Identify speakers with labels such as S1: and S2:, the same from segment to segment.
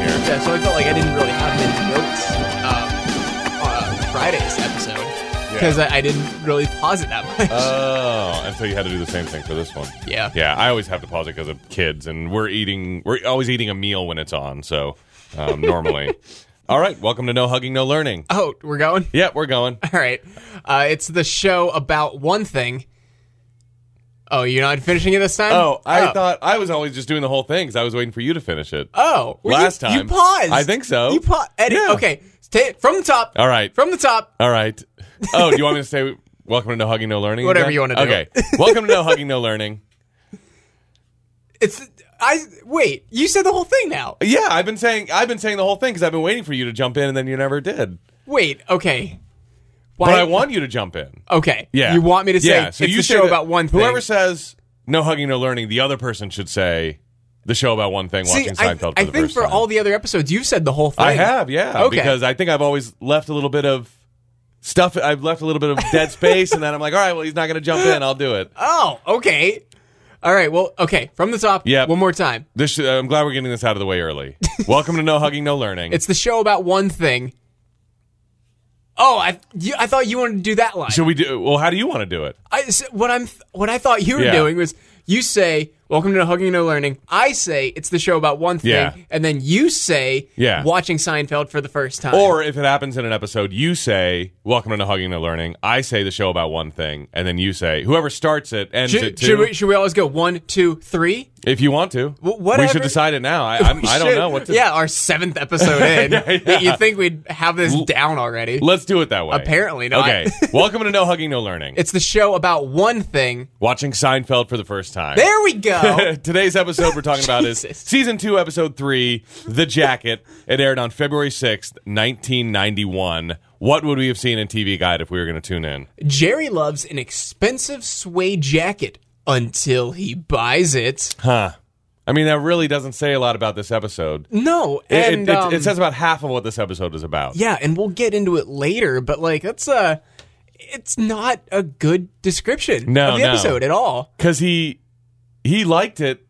S1: like I didn't really have many notes um, on Friday's episode because I, I didn't really pause it that much.
S2: Oh, and so you had to do the same thing for this one.
S1: Yeah.
S2: Yeah, I always have to pause it because of kids, and we're eating. We're always eating a meal when it's on. So um, normally, all right. Welcome to No Hugging, No Learning.
S1: Oh, we're going.
S2: Yeah, we're going.
S1: All right. Uh, it's the show about one thing. Oh, you're not finishing it this time?
S2: Oh, I thought I was always just doing the whole thing because I was waiting for you to finish it.
S1: Oh, well, you-
S2: Last
S1: You
S2: time.
S1: paused.
S2: I think so.
S1: You paused. Edit.
S2: Yeah. Oh.
S1: Okay. Ta- from the top.
S2: All right.
S1: From the top.
S2: All right. Oh, do you want me to say welcome to No Hugging, No Learning?
S1: Whatever
S2: again?
S1: you wanna do.
S2: Okay. Welcome to No Hugging, No Learning.
S1: It's. I wait. You said the whole thing now.
S2: Yeah, I've been saying I've been saying the whole thing because I've been waiting for you to jump in and then you never did.
S1: Wait. Okay. Why?
S2: But I want you to jump in.
S1: Okay.
S2: Yeah.
S1: You want me to say
S2: Yeah,
S1: it's the
S2: say
S1: show
S2: that
S1: about one thing?
S2: Whoever says no hugging, no learning, the other person should say the show about one thing.
S1: See,
S2: watching
S1: I,
S2: Seinfeld for
S1: I
S2: the
S1: think
S2: first
S1: for
S2: time.
S1: all the other episodes, you've said the whole thing.
S2: I have, yeah,
S1: Okay.
S2: because I think I've always left a little bit of stuff. I've left a little bit of dead space, and then I'm like, all right, well, he's not going to jump in. I'll do it.
S1: Oh, okay. All right. Well, okay. From the top.
S2: Yep.
S1: One more time.
S2: This, sh- I'm glad we're getting this out of the way early. Welcome to No Hugging, No Learning.
S1: It's the show about one thing. Oh, I you, I thought you wanted to do that line.
S2: should we do? Well, how do you want to do it?
S1: I s what I'm what I thought you were
S2: Yeah.
S1: doing was you say welcome to hugging no learning. I say it's the show about one thing,
S2: Yeah.
S1: and then you say
S2: Yeah.
S1: watching Seinfeld for the first time.
S2: Or if it happens in an episode, you say "Welcome to No Hugging, No Learning." I say the show about one thing, and then you say whoever starts it ends it
S1: should,
S2: too.
S1: should we should we always go one two three?
S2: If you want to,
S1: Wh- whatever.
S2: we should decide it now. I, I'm, I don't know what to.
S1: yeah, our seventh episode in.
S2: yeah.
S1: You think we'd have this down already?
S2: let's do it that way.
S1: Apparently not.
S2: Okay, welcome to No Hugging, No Learning.
S1: It's the show about one thing.
S2: Watching Seinfeld for the first time.
S1: There we go.
S2: Today's episode we're talking about is
S1: Jesus.
S2: season two, episode three, "The Jacket." It aired on February sixth, nineteen ninety one. What would we have seen in TV Guide if we were going to tune in?
S1: Jerry loves an expensive suede jacket until he buys it.
S2: Huh. I mean, that really doesn't say a lot about this episode.
S1: No,
S2: It- It,
S1: and
S2: it-
S1: um,
S2: it says about half of what this episode is about.
S1: yeah, and we'll get into it later. But like, that's a, it's not a good description
S2: No,
S1: of the
S2: no.
S1: episode at all.
S2: because he he liked it.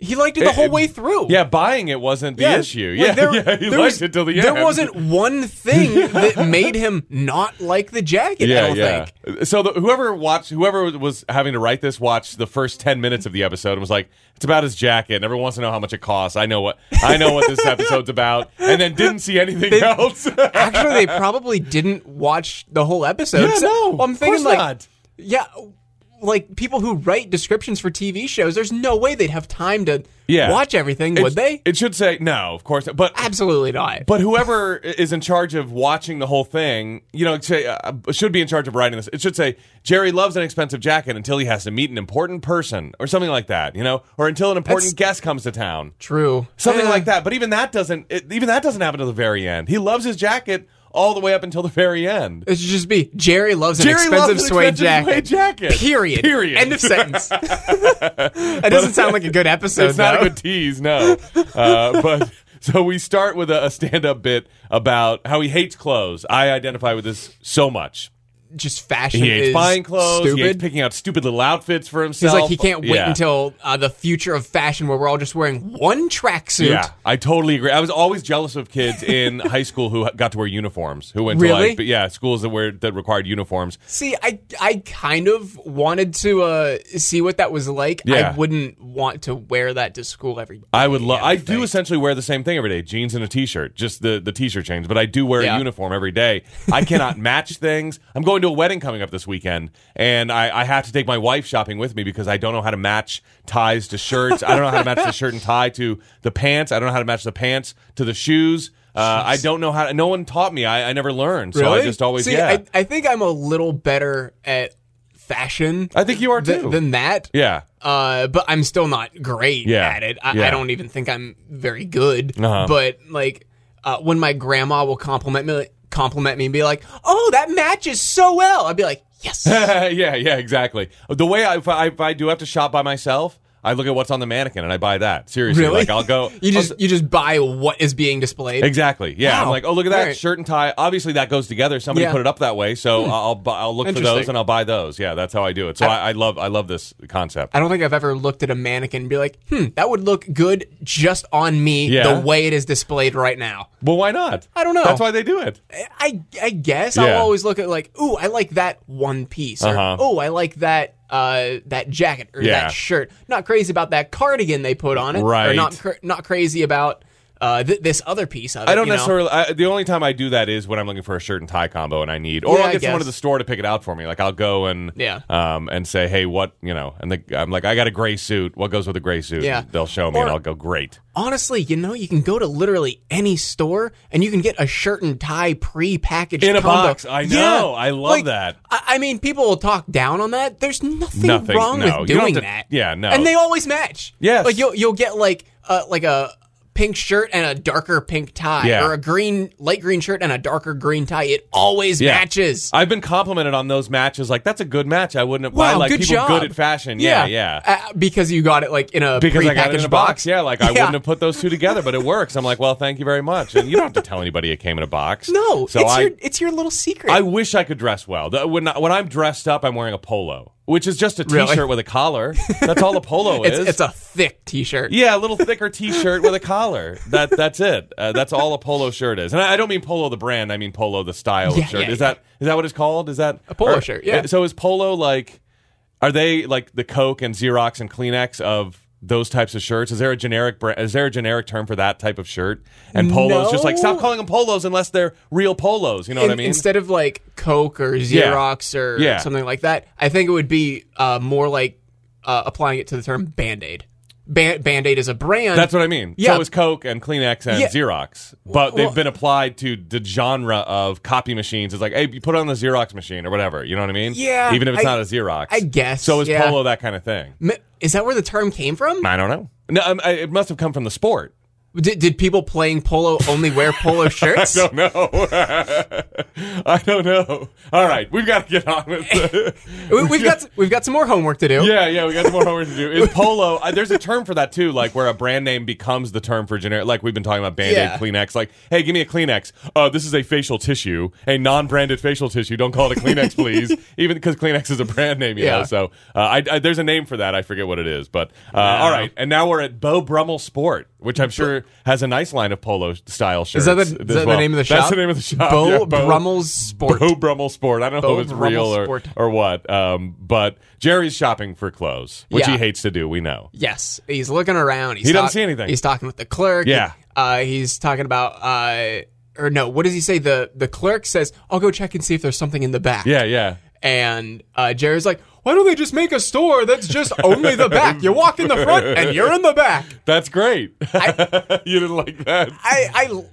S1: He liked it the
S2: It-
S1: whole
S2: it-
S1: way through.
S2: Yeah, buying it wasn't the
S1: Yeah,
S2: issue.
S1: like,
S2: Yeah,
S1: there-
S2: yeah, he
S1: there
S2: liked
S1: was-
S2: it till the
S1: There
S2: end.
S1: wasn't one thing that made him not like the jacket. I
S2: Yeah,
S1: don't
S2: yeah.
S1: think.
S2: So the, whoever watched, whoever was having to write this, watched the first ten minutes of the episode and was like, "It's about his jacket." And everyone wants to know how much it costs. I know what I know what this episode's about, and then didn't see anything else.
S1: Actually, they probably didn't watch the whole episode.
S2: Yeah,
S1: So-
S2: no,
S1: well, I'm
S2: of course
S1: thinking like,
S2: not.
S1: yeah, like people who write descriptions for TV shows. There's no way they'd have time to
S2: Yeah.
S1: watch everything, would they?
S2: It should say no, of course, not. but
S1: Absolutely not.
S2: But whoever is in charge of watching the whole thing, you know, say, uh, should be in charge of writing this. It should say Jerry loves an expensive jacket until he has to meet an important person or something like that, you know, or until an important guest comes to town,
S1: True. Eh,
S2: something
S1: Yeah.
S2: like that. But even that doesn't it, even that doesn't happen to the very end. He loves his jacket all the way up until the very end.
S1: It should just be Jerry loves an
S2: Jerry
S1: expensive
S2: loves an
S1: suede
S2: expensive
S1: jacket.
S2: suede jacket.
S1: Period.
S2: Period.
S1: End of sentence. that doesn't sound like a good episode.
S2: It's not
S1: though.
S2: a good tease, no. Uh, but so we start with a, a stand-up bit about how he hates clothes. I identify with this so much.
S1: Just fashion.
S2: He hates
S1: is
S2: buying clothes. He hates
S1: Stupid.
S2: picking out stupid little outfits for himself.
S1: He's like he can't wait
S2: Yeah.
S1: until uh, the future of fashion where we're all just wearing one tracksuit.
S2: Yeah, I totally agree. I was always jealous of kids in high school who got to wear uniforms, who went to
S1: Really?
S2: like, but yeah, schools that were that required uniforms.
S1: See, I I kind of wanted to uh, see what that was like.
S2: Yeah.
S1: I wouldn't want to wear that to school every day.
S2: I would love. I
S1: would
S2: do
S1: think.
S2: essentially wear the same thing every day: jeans and a t-shirt. Just the the t-shirt change, but I do wear
S1: Yeah.
S2: a uniform every day. I cannot match things. I'm going to a wedding coming up this weekend, and I, I have to take my wife shopping with me because I don't know how to match ties to shirts. I don't know how to match the shirt and tie to the pants. I don't know how to match the pants to the shoes. Uh, I don't know how. To, no one taught me. I, I never learned, so I just always
S1: see.
S2: yeah.
S1: I, I think I'm a little better at fashion
S2: I, think you are
S1: th-
S2: too.
S1: than that.
S2: yeah.
S1: Uh, but I'm still not great
S2: Yeah.
S1: at it. I, I
S2: Yeah.
S1: don't even think I'm very good.
S2: Uh-huh.
S1: But like, uh, when my grandma will compliment me, compliment me, and be like, "Oh, that matches so well," I'd be like, "Yes."
S2: yeah, yeah, exactly. The way I if, I if I do have to shop by myself, I look at what's on the mannequin and I buy that. Seriously,
S1: Really?
S2: like I'll go.
S1: You
S2: I'll
S1: just you just buy what is being displayed.
S2: Exactly. Yeah. I'm
S1: Wow.
S2: like, oh, look at that
S1: Alright.
S2: shirt and tie. Obviously, that goes together. Somebody
S1: Yeah. Hmm.
S2: put it up that way, so I'll I'll bu- I'll look for those
S1: Interesting.
S2: and I'll buy those. Yeah, that's how I do it. So I, I love I love this concept.
S1: I don't think I've ever looked at a mannequin and be like, hmm, that would look good just on me
S2: Yeah.
S1: the way it is displayed right now.
S2: well, why not?
S1: I don't know.
S2: That's why they do it.
S1: I I guess
S2: Yeah.
S1: I'll always look at like, ooh, I like that one piece, or
S2: Uh-huh.
S1: oh, I like that uh, that jacket or
S2: Yeah.
S1: that shirt. Not crazy about that cardigan they put on it,
S2: Right.
S1: Or not cr- not crazy about uh, th- this other piece of it.
S2: I don't
S1: you know?
S2: necessarily. I, the only time I do that is when I'm looking for a shirt and tie combo, and I need, or
S1: Yeah,
S2: I'll
S1: I
S2: get someone at
S1: guess.
S2: the store to pick it out for me. Like I'll go and
S1: Yeah.
S2: um, and say, hey, what you know? And the, I'm like, I got a gray suit. What goes with a gray suit?
S1: Yeah.
S2: And they'll show me, and
S1: Or-
S2: I'll go, great.
S1: Honestly, you know, you can go to literally any store and you can get a shirt and tie pre-packaged
S2: In a
S1: combo.
S2: box. I
S1: Yeah.
S2: know. I love
S1: Like,
S2: that.
S1: I, I mean, people will talk down on that. There's nothing,
S2: Nothing,
S1: wrong
S2: no. You
S1: with
S2: don't
S1: doing
S2: have to-
S1: that.
S2: yeah, no.
S1: And they always match.
S2: Yes.
S1: Like you'll you'll get like uh, like a pink shirt and a darker pink tie,
S2: Yeah.
S1: or a green light green shirt and a darker green tie. It always
S2: Yeah. Uh,
S1: matches.
S2: I've been complimented on those matches. Like that's a good match. I wouldn't have. I
S1: Wow,
S2: like
S1: good
S2: people
S1: job.
S2: good at fashion. Yeah, yeah.
S1: Uh, because you got it like in a
S2: because
S1: prepackaged
S2: I got it in a box.
S1: box.
S2: Yeah, like I wouldn't have put those two together, but it works. I'm like, well, thank you very much. And you don't have to tell anybody it came in a box.
S1: No,
S2: so
S1: it's
S2: I
S1: your it's your little secret.
S2: I wish I could dress well. The- When I, when I'm dressed up, I'm wearing a polo, which is just a
S1: Really?
S2: t-shirt with a collar. That's all a polo
S1: it's,
S2: is.
S1: it's a thick T-shirt.
S2: yeah, a little thicker T-shirt with a collar. That that's it. Uh, that's all a polo shirt is, and I, I don't mean polo the brand. I mean polo the style
S1: Yeah,
S2: of shirt.
S1: yeah,
S2: is
S1: yeah.
S2: that is that what it's called? Is that a
S1: polo shirt, yeah.
S2: So is polo like? Are they like the Coke and Xerox and Kleenex of those types of shirts? Is there a generic brand? Is there a generic term for that type of shirt? And polos, just like
S1: No.
S2: stop calling them polos unless they're real polos. You know
S1: In-
S2: what I mean?
S1: Instead of like Coke or Xerox or
S2: Yeah.
S1: something like that, I think it would be uh, more like uh, applying it to the term Band Aid. Ban- Band Aid is a brand.
S2: That's what I mean.
S1: Yeah.
S2: So is Coke and Kleenex and
S1: Yeah.
S2: Xerox, but they've
S1: well-
S2: been applied to the genre of copy machines. It's like, hey, you put it on the Xerox machine or whatever. You know what I mean?
S1: Yeah,
S2: Even if it's
S1: I-
S2: not a Xerox,
S1: I guess,
S2: So is
S1: yeah.
S2: polo that kind of thing?
S1: M- is that where the term came from?
S2: I don't know. No, um, I, it must have come from the sport.
S1: Did, did people playing polo only wear polo shirts?
S2: Don't know. I don't know. All right, we've got to get on with the
S1: we, we've got we've got some more homework to do.
S2: Yeah, yeah, we got some more homework to do. Is polo? Uh, there's a term for that too, like where a brand name becomes the term for generic. Like we've been talking about Band-Aid,
S1: Yeah.
S2: Kleenex. Like, hey, give me a Kleenex. Uh, this is a facial tissue, a non-branded facial tissue. Don't call it a Kleenex, please. Even because Kleenex is a brand name, you know.
S1: Yeah.
S2: So uh, I, I- there's a name for that. I forget what it is, but uh, all right. And now we're at Bo Brummel Sport, which I'm sure has a nice line of polo style shirts.
S1: Is that, the, is
S2: as
S1: that
S2: well.
S1: the name of the shop?
S2: That's the name of the shop.
S1: Bo,
S2: yeah, Bo-
S1: Brummel's Sport.
S2: Bo Brummel Sport. I don't know
S1: Bo
S2: if it's
S1: Brummel
S2: real or,
S1: Sport.
S2: or what. Um, but Jerry's shopping for clothes, which he
S1: Yeah.
S2: hates to do. We know.
S1: Yes, he's looking around. He's
S2: He doesn't
S1: talk-
S2: see anything.
S1: He's talking with the clerk.
S2: Yeah.
S1: uh, he's talking about uh, or no, what does he say? The the clerk says, "I'll go check and see if there's something in the back."
S2: Yeah, yeah.
S1: and uh, Jerry's like, "Why don't they just make a store that's just only the back? You walk in the front and you're in the back."
S2: That's great. you didn't like that.
S1: I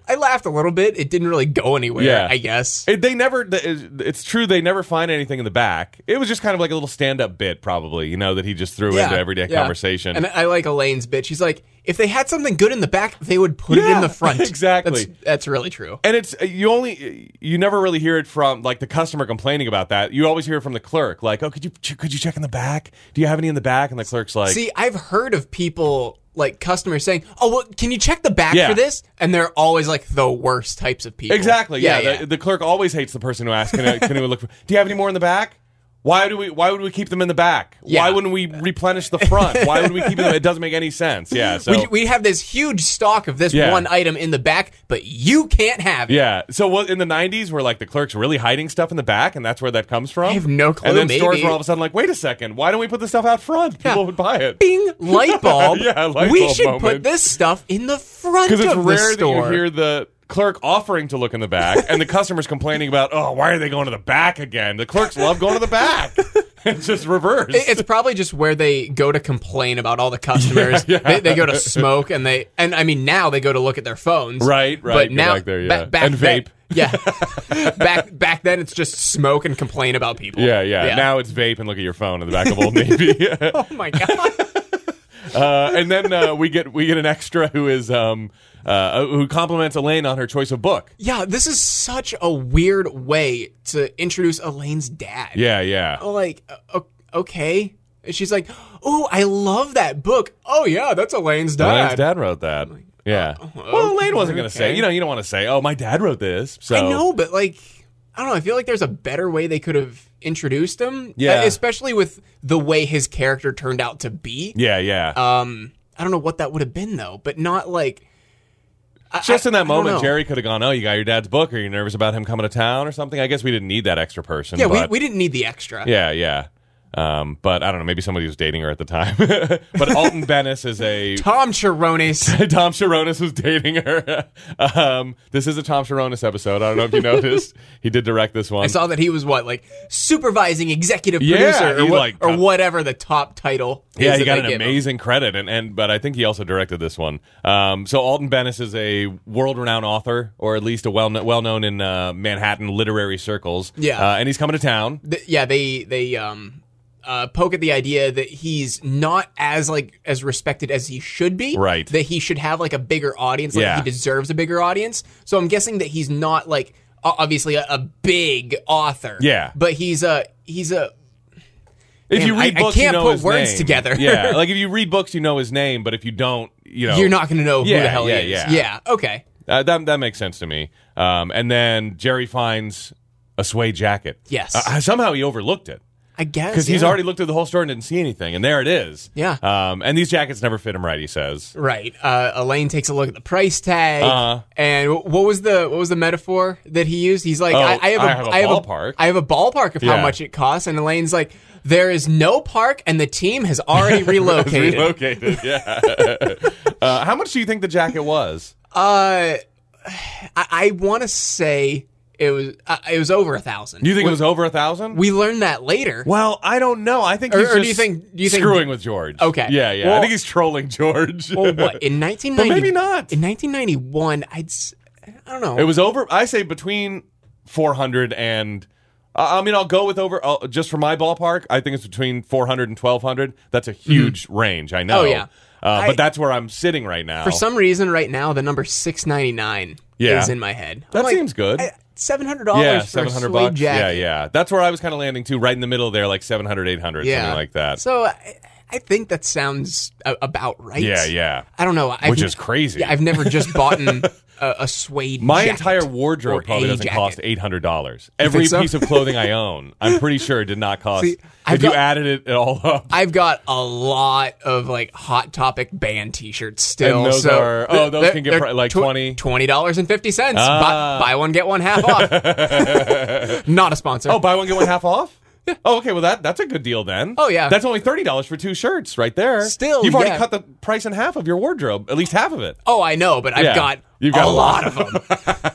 S1: I, I laughed a little bit. It didn't really go anywhere.
S2: Yeah.
S1: I guess.
S2: It, they never. th- It's true. They never find anything in the back. It was just kind of like a little stand-up bit, probably. You know that he just threw into everyday
S1: yeah.
S2: conversation.
S1: And I like Elaine's bit. She's like, if they had something good in the back, they would put it
S2: Yeah,
S1: in the front.
S2: exactly.
S1: That's, that's really true.
S2: and it's you only you never really hear it from like the customer complaining about that. You always hear it from the clerk, like, "Oh, could you could you check in the back? Do you have any in the back?" And the clerk's like,
S1: See, I've heard of people like customers saying, "Oh, well, can you check the back
S2: Yeah.
S1: for this?" And they're always like the worst types of people.
S2: Exactly. Yeah. The, the clerk always hates the person who asks, "Can, I, can we look? For, do you have any more in the back? Why do we? Why would we keep them in the back? Why
S1: Yeah.
S2: wouldn't we replenish the front? why would we keep them? It doesn't make any sense. Yeah. So
S1: we, we have this huge stock of this
S2: Yeah.
S1: one item in the back, but you can't have it.
S2: yeah. So what in the '90s were like the clerks really hiding stuff in the back, and that's where that comes from. I
S1: have no clue,
S2: And then stores
S1: maybe.
S2: were all of a sudden like, "Wait a second, why don't we put this stuff out front? People would buy it."
S1: Bing, light bulb.
S2: Yeah, light
S1: we
S2: bulb
S1: should
S2: moment.
S1: put this stuff in the front of
S2: Because it's
S1: the
S2: rare
S1: store.
S2: that you hear the clerk offering to look in the back and the customers complaining about, oh, why are they going to the back again? The clerks love going to the back. it's just reverse.
S1: It- it's probably just where they go to complain about all the customers.
S2: Yeah, yeah.
S1: They, they go to smoke, and they and I mean now they go to look at their phones.
S2: Right, right,
S1: But
S2: go
S1: now
S2: back there,
S1: ba-
S2: yeah.
S1: back
S2: And
S1: then-
S2: vape.
S1: yeah, back back then it's just smoke and complain about people.
S2: Yeah, yeah, Now it's vape and look at your phone in the back of Old Navy.
S1: oh my god.
S2: uh, and then uh, we get we get an extra who is um, uh, who compliments Elaine on her choice of book.
S1: Yeah, this is such a weird way to introduce Elaine's dad.
S2: Oh, Yeah, yeah.
S1: Like, o- okay. She's like, "Oh, I love that book. Oh yeah, that's Elaine's dad."
S2: Elaine's dad wrote that. Yeah. well, Elaine wasn't going to say.
S1: okay.
S2: You know, you don't want to say, "Oh, my dad wrote this." So
S1: I know, but like, I don't know. I feel like there's a better way they could have introduced him.
S2: Yeah.
S1: Uh, especially with the way his character turned out to be.
S2: Yeah, yeah.
S1: Um, I don't know what that would have been though, but not like. I-
S2: Just in
S1: I- I
S2: that
S1: don't
S2: moment,
S1: know.
S2: Jerry could have gone, "Oh, you got your dad's book. Are you nervous about him coming to town or something?" I guess we didn't need that extra person.
S1: Yeah, we,
S2: but-
S1: we didn't need the extra.
S2: Yeah, yeah. Um, but I don't know. Maybe somebody was dating her at the time. but Alton Bennis is a
S1: Tom Chirones.
S2: Tom Sharonis was dating her. um, this is a Tom Sharonis episode. I don't know if you noticed. he did direct this one.
S1: I saw that he was what, like supervising executive
S2: Yeah,
S1: producer, or,
S2: he's
S1: what,
S2: like-
S1: or whatever the top title. is
S2: yeah, he
S1: that
S2: got
S1: they
S2: an
S1: give him.
S2: amazing credit, and, and but I think he also directed this one. Um, so Alton Bennis is a world-renowned author, or at least a well well known in uh, Manhattan literary circles.
S1: Yeah.
S2: uh, and he's coming to town.
S1: th- yeah, they they um uh, poke at the idea that he's not as like as respected as he should be.
S2: Right.
S1: That he should have like a bigger audience. Like
S2: Yeah.
S1: he deserves a bigger audience. So I'm guessing that he's not like o- obviously a, a big author.
S2: Yeah.
S1: But he's a he's a
S2: If
S1: Man,
S2: you read
S1: I- I
S2: books,
S1: can't
S2: you know
S1: put
S2: his
S1: words
S2: name.
S1: together.
S2: yeah, like if you read books, you know his name, but if you don't, you know
S1: you're not going to know who
S2: Oh. Yeah,
S1: the hell
S2: yeah,
S1: he is.
S2: yeah.
S1: Okay.
S2: Uh, that that makes sense to me. Um, and then Jerry finds a suede jacket.
S1: Yes.
S2: Uh, somehow he overlooked it
S1: I guess
S2: because he's
S1: yeah.
S2: already looked through the whole store and didn't see anything, and there it is.
S1: Yeah.
S2: Um, and these jackets never fit him right. He says.
S1: Right. Uh, Elaine takes a look at the price tag,
S2: Uh-huh.
S1: and wh- what was the what was the metaphor that he used? He's like,
S2: Oh,
S1: I, I have a,
S2: I have a
S1: I
S2: ballpark."
S1: I have a ballpark of
S2: Yeah.
S1: how much it costs, and Elaine's like, there is no park, and the team has already
S2: It's
S1: relocated.
S2: Relocated. Yeah. uh, how much do you think the jacket was?
S1: uh, I, I want to say it was uh, it was over a thousand.
S2: Do you think it was over a thousand?
S1: we learned that later.
S2: well, I don't know. I think
S1: Or-
S2: he's
S1: or do
S2: just
S1: you think- do you think-
S2: screwing with George?
S1: Okay.
S2: Yeah, yeah. I
S1: Well- Oh,
S2: think he's trolling George.
S1: Well, what in 1990?
S2: maybe not.
S1: in 1991. I'd s- I don't know.
S2: It was over. I say between 400 and. I I mean, I'll go with over I'll, just for my ballpark. I think it's between 400 and 1200. That's a huge range. I know.
S1: Hmm. Oh, yeah.
S2: Uh,
S1: I-
S2: but that's where I'm sitting right now.
S1: For some reason, right now, the number 699
S2: Yeah.
S1: is in my head. I'm
S2: That
S1: like,
S2: seems good.
S1: I- $700
S2: yeah,
S1: for
S2: 700
S1: a suede
S2: bucks. Yeah,
S1: jacket.
S2: yeah. That's where I was kind of landing too, right in the middle there, like 700, 800,
S1: Yeah.
S2: something like that.
S1: So I, I think that sounds a- about right.
S2: yeah, yeah.
S1: I don't know. I've
S2: Which
S1: ne-
S2: is crazy.
S1: Yeah, I've never just bought an, a, a suede
S2: My
S1: jacket.
S2: entire wardrobe
S1: Or
S2: probably
S1: a
S2: doesn't
S1: jacket.
S2: cost eight hundred dollars. Every
S1: so?
S2: piece of clothing I own, I'm pretty sure it did not cost.
S1: See, I've
S2: if you
S1: got-
S2: added it all up,
S1: I've got a lot of like Hot Topic band T-shirts still.
S2: And those
S1: so
S2: are- oh, those
S1: they're-
S2: can get
S1: they're
S2: pri- like
S1: tw-
S2: 20?
S1: twenty dollars and fifty cents.
S2: Ah.
S1: buy, buy one get one half off. Not a sponsor.
S2: Oh, buy one get one half off. Oh, okay. Well, that that's a good deal then.
S1: Oh, yeah.
S2: that's only thirty dollars for two shirts right there.
S1: Still,
S2: you've already
S1: yeah.
S2: cut the price in half of your wardrobe, at least half of it.
S1: Oh, I know, but I've
S2: Yeah.
S1: got
S2: You've got
S1: a
S2: a lot.
S1: lot of them.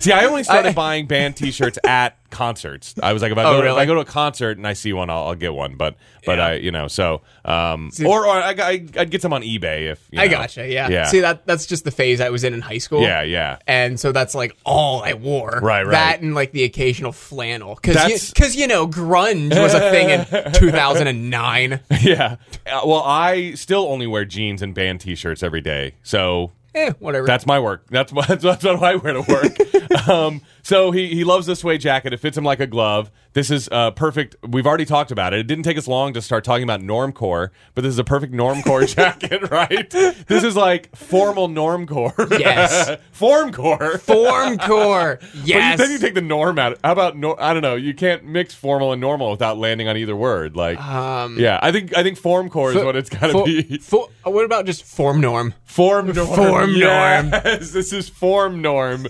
S2: See, I only started buying band T-shirts at concerts. I was like, if I, go to, if
S1: Oh, really?
S2: I go to a concert and I see one, I'll, I'll get one. But but I you know so um or, or I, I I'd get some on eBay if you
S1: I
S2: know.
S1: gotcha. Yeah.
S2: yeah
S1: See that that's just the phase I was in in high school.
S2: yeah yeah.
S1: And so that's like all I wore.
S2: Right, right.
S1: That and like the occasional flannel, because
S2: That's-
S1: because you, know grunge was a thing in 2009.
S2: Yeah. Uh, well, I still only wear jeans and band T-shirts every day. So
S1: Eh, whatever.
S2: that's my work. That's my, that's what I wear to work. um, so he he loves this suede jacket. It fits him like a glove. This is uh, perfect. We've already talked about it. It didn't take us long to start talking about normcore, but this is a perfect normcore jacket, right? This is like formal normcore.
S1: Yes.
S2: Formcore.
S1: Formcore.
S2: But you-
S1: Yes.
S2: then you take the norm out. How about nor- I don't know. You can't mix formal and normal without landing on either word. Like,
S1: Um,
S2: yeah, I think I think form core is what it's got to
S1: For-
S2: be.
S1: for- oh, what about just form norm?
S2: Form norm.
S1: Form norm.
S2: Yes, this is form norm.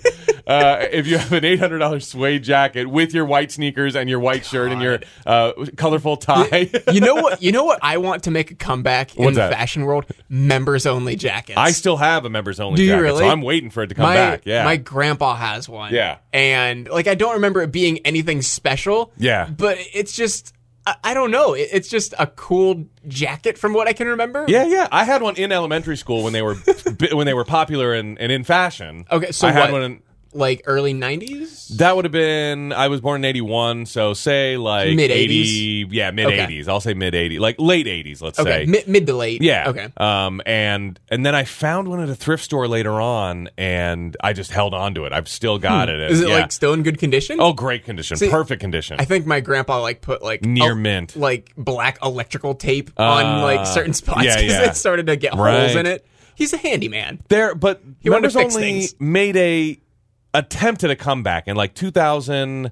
S2: uh, if you have an eight hundred dollars suede jacket with your white sneakers and your white shirt and your uh, colorful tie.
S1: You know what? You know what? I want to make a comeback in
S2: What's
S1: the
S2: that?
S1: fashion world. Members only jackets.
S2: I still have a members only
S1: Do you
S2: jacket, so
S1: really?
S2: I'm waiting for it to come
S1: my,
S2: back. Yeah,
S1: My grandpa has one.
S2: Yeah.
S1: And like I don't remember it being anything special.
S2: Yeah.
S1: But it's just I, I don't know. It, it's just a cool jacket from what I can remember.
S2: Yeah, yeah. I had one in elementary school when they were bi- when they were popular and, and in fashion.
S1: Okay, so
S2: I had one.
S1: what-
S2: In,
S1: like early '90s.
S2: That would have been I was born in eighty one, so say like
S1: Mid-eighties?
S2: 80, yeah, mid eighties. I'll say mid eighties, like late eighties, let's
S1: Okay,
S2: say.
S1: mid, mid to late.
S2: yeah.
S1: Okay.
S2: Um, and and then I found one at a thrift store later on, and I just held on to it. I've still got it. and-
S1: Hmm. Is it
S2: yeah.
S1: like still in good condition?
S2: oh, great condition,
S1: See,
S2: perfect condition.
S1: I think my grandpa like put like
S2: Near
S1: el-
S2: mint. Uh,
S1: like black electrical tape on like certain spots
S2: yeah,
S1: because
S2: yeah.
S1: it started to get holes
S2: Right.
S1: in it. He's a handyman.
S2: There, but
S1: He wanted
S2: members
S1: to fix
S2: only
S1: things.
S2: made a attempt at a comeback in like 2000,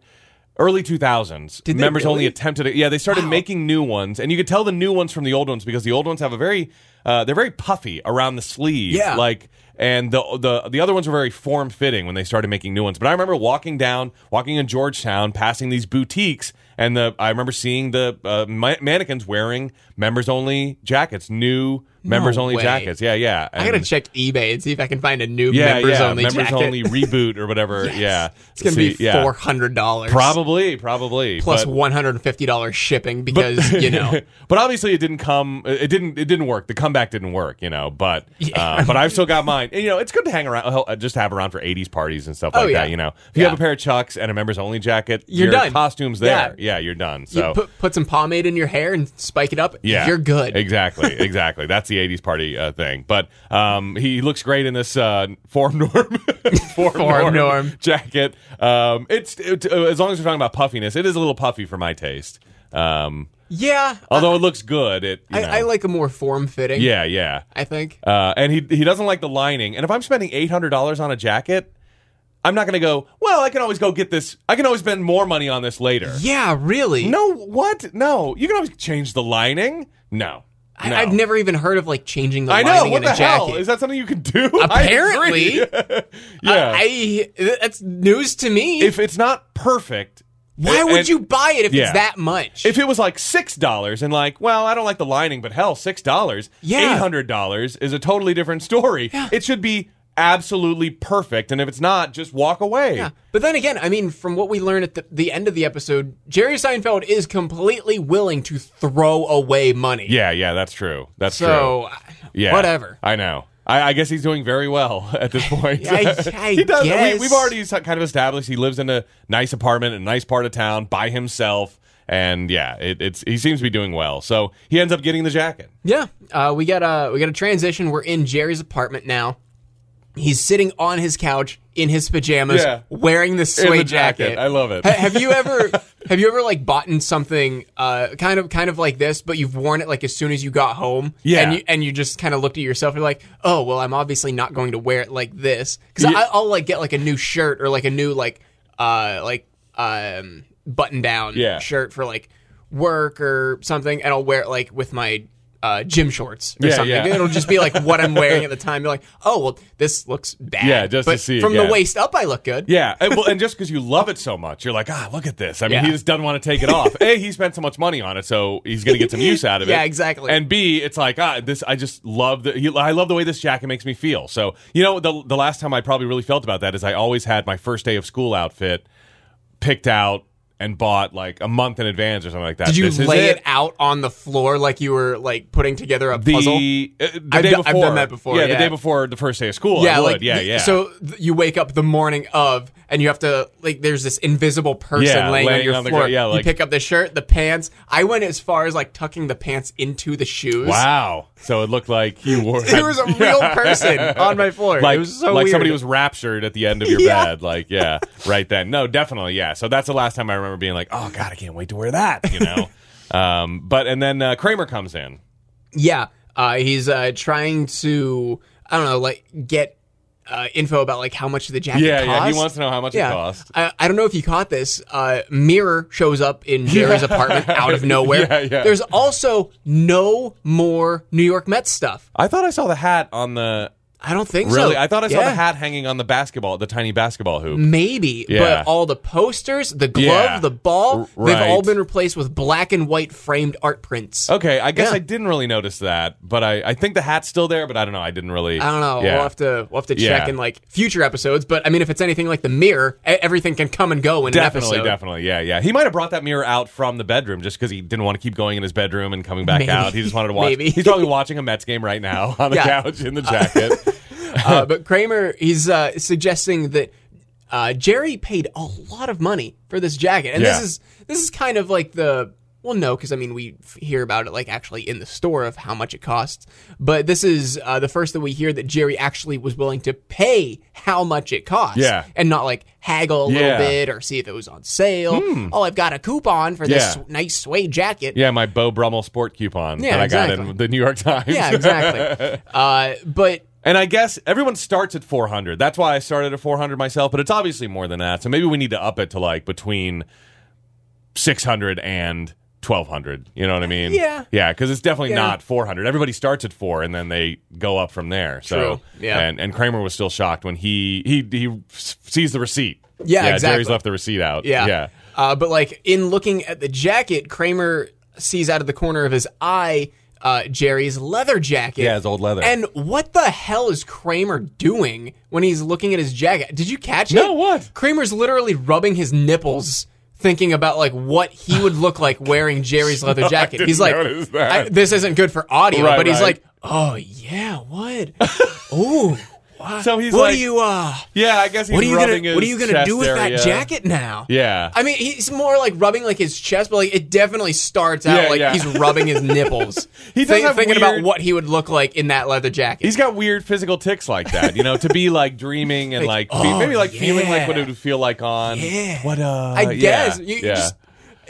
S2: early 2000s.
S1: Did they
S2: members only
S1: really?
S2: attempted it. Yeah, they started making new ones, and you could tell the new ones from the old ones because the old ones have a very, uh, they're very puffy around the sleeve.
S1: Yeah.
S2: like. And the, the the other ones were very form fitting when they started making new ones. But I remember walking down, walking in Georgetown, passing these boutiques, and the I remember seeing the uh, ma- mannequins wearing members only jackets, new members only
S1: way.
S2: jackets. Yeah, yeah.
S1: I gotta
S2: And-
S1: check eBay and see if I can find a new
S2: Mm. yeah,
S1: members
S2: yeah,
S1: only
S2: members
S1: jacket.
S2: only reboot or whatever. Yeah,
S1: It's gonna
S2: See,
S1: be
S2: yeah.
S1: four hundred dollars
S2: Probably, probably but,
S1: one hundred and fifty dollars shipping because you know
S2: but obviously it didn't come. It didn't. It didn't work. The comeback didn't work. You know, but uh, but I've still got mine. And, you know, it's good to hang around, uh, just have around for '80s parties and stuff
S1: Oh,
S2: like
S1: yeah.
S2: that. You know, if you
S1: Yeah.
S2: have a pair of Chucks and a members only jacket,
S1: You're
S2: your
S1: done.
S2: Costumes there. Yeah. you're done. So
S1: you put put some pomade in your hair and spike it up.
S2: Yeah,
S1: you're good.
S2: Exactly, exactly. That's the '80s party uh, thing. But um, he looks great in this uh, form norm, form,
S1: Form norm.
S2: jacket. Um, it's it, uh, as long as we're talking about puffiness, it is a little puffy for my taste. Um,
S1: Yeah,
S2: although it looks good, it you
S1: I,
S2: know.
S1: I like a more form fitting.
S2: Yeah, yeah.
S1: I think.
S2: Uh, and he he doesn't like the lining. And if I'm spending eight hundred dollars on a jacket, I'm not going to go. Well, I can always go get this. I can always spend more money on this later.
S1: Yeah, really.
S2: No, what? No, you can always change the lining. No.
S1: I,
S2: no.
S1: I've never even heard of like changing the
S2: I know.
S1: lining
S2: What
S1: in a
S2: the
S1: jacket.
S2: hell is that? Something you can do?
S1: Apparently.
S2: I agree. yeah.
S1: I, I that's news to me.
S2: if it's not perfect,
S1: Why
S2: and-
S1: would you buy it if
S2: Yeah.
S1: it's that much?
S2: If it was like six dollars and like, well, I don't like the lining, but hell, six dollars,
S1: Yeah.
S2: eight hundred dollars is a totally different story. It should be absolutely perfect, and if it's not, just walk away.
S1: yeah. But then again, I mean, from what we learn at the, the end of the episode, Jerry Seinfeld is completely willing to throw away money.
S2: yeah, yeah, that's true. That's
S1: So,
S2: true. Yeah,
S1: whatever.
S2: I know. I, I guess he's doing very well at this point.
S1: I- I
S2: he does.
S1: guess.
S2: We, have already s- kind of established he lives in a nice apartment, in a nice part of town, by himself, and yeah, it, it's he seems to be doing well. So he ends up getting the jacket.
S1: Yeah, uh, we got a we got a transition. We're in Jerry's apartment now. He's sitting on his couch in his pajamas,
S2: Yeah.
S1: wearing the suede
S2: jacket. I love it.
S1: Ha- have you ever have you ever like bought in something uh, kind of kind of like this, but you've worn it like as soon as you got home?
S2: Yeah.
S1: and you, and you just kind of looked at yourself. and You're like, oh well, I'm obviously not going to wear it like this because
S2: Yeah.
S1: I'll like get like a new shirt or like a new like uh like um button down
S2: Yeah.
S1: shirt for like work or something, and I'll wear it like with my uh, gym shorts or
S2: Yeah,
S1: something.
S2: yeah.
S1: It'll just be like what I'm wearing at the time. You're like, oh well, this looks bad.
S2: Yeah, just to
S1: but
S2: see it,
S1: from
S2: yeah.
S1: the waist up, I look good.
S2: Yeah, and, well, and just because you love it so much, you're like, ah, look at this. I mean,
S1: Yeah.
S2: he just doesn't want to take it off. a, he spent so much money on it, so he's going to get some use out of it.
S1: Yeah, exactly.
S2: And B, it's like, ah, this. I just love the. he- I love the way this jacket makes me feel. So you know, the the last time I probably really felt about that is I always had my first day of school outfit picked out and bought like a month in advance or something like that.
S1: Did you
S2: This is
S1: lay it. out on the floor like you were like putting together a
S2: The,
S1: puzzle?
S2: uh, the
S1: I've
S2: day
S1: do- I've
S2: before.
S1: done that before,
S2: Yeah, the
S1: yeah.
S2: day before the first day of school. I would.
S1: like
S2: yeah,
S1: the-
S2: yeah.
S1: So th- you wake up the morning of, and you have to like. There's this invisible person
S2: Yeah,
S1: laying,
S2: laying
S1: on your
S2: on the
S1: floor.
S2: gr- yeah,
S1: you
S2: like-
S1: pick up the shirt, the pants. I went as far as like tucking the pants into the shoes.
S2: wow. So it looked like you wore.
S1: There was a real person on my floor.
S2: like
S1: it was so
S2: like
S1: weird.
S2: somebody was raptured at the end of your
S1: Yeah.
S2: bed. Like yeah, right then. No, definitely yeah. So that's the last time I remember being like, oh god, I can't wait to wear that. You know. um, but and then uh, Kramer comes in.
S1: Yeah, uh, he's uh, trying to I don't know, like get uh, info about like how much the jacket
S2: Yeah,
S1: cost.
S2: yeah. He wants to know how much
S1: Yeah,
S2: it costs.
S1: I, I don't know if you caught this. Uh, Mirror shows up in Jerry's apartment out of nowhere.
S2: Yeah, yeah.
S1: There's also no more New York Mets stuff.
S2: I thought I saw the hat on the.
S1: I don't think so.
S2: Really, I thought I saw
S1: Yeah.
S2: the hat hanging on the basketball, the tiny basketball hoop.
S1: Maybe,
S2: Yeah.
S1: but all the posters, the glove,
S2: Yeah.
S1: the ball,
S2: R-
S1: they've all
S2: right. Oh.
S1: been replaced with black and white framed art prints.
S2: Okay, I guess
S1: Yeah.
S2: I didn't really notice that, but I, I think the hat's still there, but I don't know. I didn't really.
S1: I don't know.
S2: Yeah.
S1: We'll have to we'll have to check
S2: Yeah.
S1: in like future episodes. But I mean, if it's anything like the mirror, e- everything can come and go in
S2: Definitely,
S1: an episode.
S2: definitely, yeah, yeah. He might have brought that mirror out from the bedroom just because he didn't want to keep going in his bedroom and coming back
S1: Maybe.
S2: out. He just wanted to watch.
S1: Maybe.
S2: He's probably watching a Mets game right now on the
S1: Yeah.
S2: couch in the jacket.
S1: uh, but Kramer, he's uh, suggesting that Uh, Jerry paid a lot of money for this jacket, and
S2: Yeah.
S1: this is this is kind of like the well, no, because I mean we f- hear about it like actually in the store of how much it costs, but this is uh, the first that we hear that Jerry actually was willing to pay how much it costs,
S2: Yeah.
S1: and not like haggle a
S2: Yeah. Hmm.
S1: little bit or see if it was on sale. Oh, I've got a coupon for this
S2: Yeah.
S1: nice suede jacket.
S2: Yeah, my Bo Brummel sport coupon
S1: Yeah,
S2: that I got in
S1: exactly.
S2: the New York Times.
S1: Yeah, exactly. uh, but
S2: and I guess everyone starts at 400. That's why I started at 400 myself, but it's obviously more than that. So maybe we need to up it to like between 600 and 1200. You know what I mean?
S1: Yeah.
S2: Yeah, because it's definitely
S1: Yeah.
S2: not 400. Everybody starts at four and then they go up from there. So,
S1: True. Yeah.
S2: And, and Kramer was still shocked when he, he, he sees the receipt.
S1: Yeah,
S2: Jerry's
S1: exactly.
S2: left the receipt out.
S1: Yeah.
S2: Yeah.
S1: Uh, but like in looking at the jacket, Kramer sees out of the corner of his eye uh, Jerry's leather jacket.
S2: Yeah, his old leather.
S1: And what the hell is Kramer doing when he's looking at his jacket? Did you catch it?
S2: No, what?
S1: Kramer's literally rubbing his nipples. Thinking about like what he would look like wearing Jerry's leather jacket.
S2: didn't
S1: he's like,
S2: notice that.
S1: I- "This isn't good for audio,"
S2: Right,
S1: but he's
S2: right.
S1: like, "Oh yeah, what? oh, what?
S2: So he's
S1: what
S2: like-
S1: do you uh?
S2: Yeah, I guess he's
S1: What are you
S2: rubbing
S1: gonna What are
S2: his
S1: you gonna do
S2: chest
S1: with
S2: area.
S1: that jacket now?
S2: Yeah.
S1: I mean, he's more like rubbing like his chest, but like it definitely starts out
S2: Yeah,
S1: like
S2: yeah.
S1: he's rubbing his nipples.
S2: He does have
S1: thinking
S2: weird-
S1: about what he would look like in that leather jacket.
S2: He's got weird physical ticks like that, you know, to be like dreaming and like,
S1: Like,
S2: fe-
S1: oh,
S2: maybe like feeling like
S1: yeah.
S2: what it would feel like on.
S1: Yeah.
S2: What uh
S1: I guess
S2: yeah,
S1: you, you
S2: yeah.
S1: just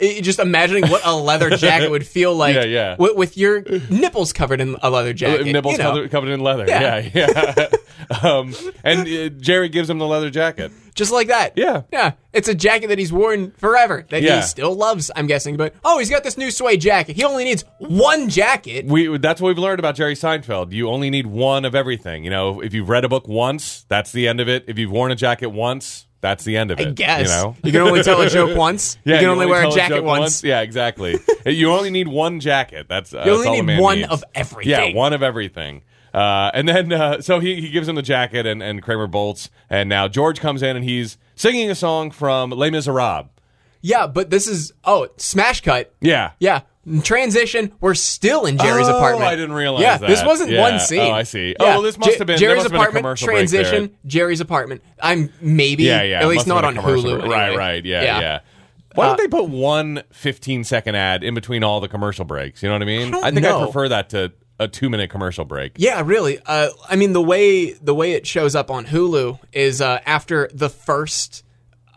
S1: you just imagining what a leather jacket would feel like.
S2: Yeah, yeah.
S1: With, with your nipples covered in a leather
S2: Uh,
S1: jacket.
S2: Nipples
S1: you know.
S2: covered, covered in leather. Yeah, yeah. um, and uh, Jerry gives him the leather jacket.
S1: just like that.
S2: Yeah.
S1: yeah. It's a jacket that he's worn forever that
S2: Yeah.
S1: he still loves. I'm guessing, but oh, he's got this new suede jacket. He only needs one jacket.
S2: We that's what we've learned about Jerry Seinfeld. You only need one of everything. You know, if you've read a book once, that's the end of it. If you've worn a jacket once, that's the end of it.
S1: I guess
S2: you know.
S1: can only tell a joke once.
S2: Yeah,
S1: you can only, wear
S2: tell
S1: a jacket
S2: joke
S1: once.
S2: Yeah, exactly. you only need one jacket. That's uh,
S1: You
S2: that's all
S1: only
S2: a
S1: need
S2: man
S1: one
S2: needs.
S1: of everything.
S2: Yeah, one of everything. Uh, and then uh, so he, he gives him the jacket, and, and Kramer bolts. And now George comes in, and he's singing a song from Les Miserables.
S1: Yeah, but this is oh smash cut.
S2: Yeah.
S1: Yeah, transition. We're still in Jerry's
S2: Oh,
S1: apartment.
S2: I didn't realize
S1: Yeah, this
S2: that.
S1: wasn't
S2: Yeah.
S1: one scene.
S2: Oh, I see. Oh, well, this must have been- there
S1: Jerry's
S2: must have been a
S1: apartment.
S2: commercial break
S1: transition. Jerry's apartment. I'm maybe.
S2: Yeah, yeah.
S1: At
S2: it must
S1: least not
S2: have
S1: on
S2: been a commercial
S1: Hulu.
S2: break. Right,
S1: anyway.
S2: right. Yeah, yeah. Why
S1: Uh,
S2: don't they put one 15 second ad in between all the commercial breaks? You know what I mean?
S1: I don't
S2: think I
S1: know.
S2: prefer that to a two minute commercial break.
S1: Yeah, really. Uh, I mean, the way the way it shows up on Hulu is uh, after the first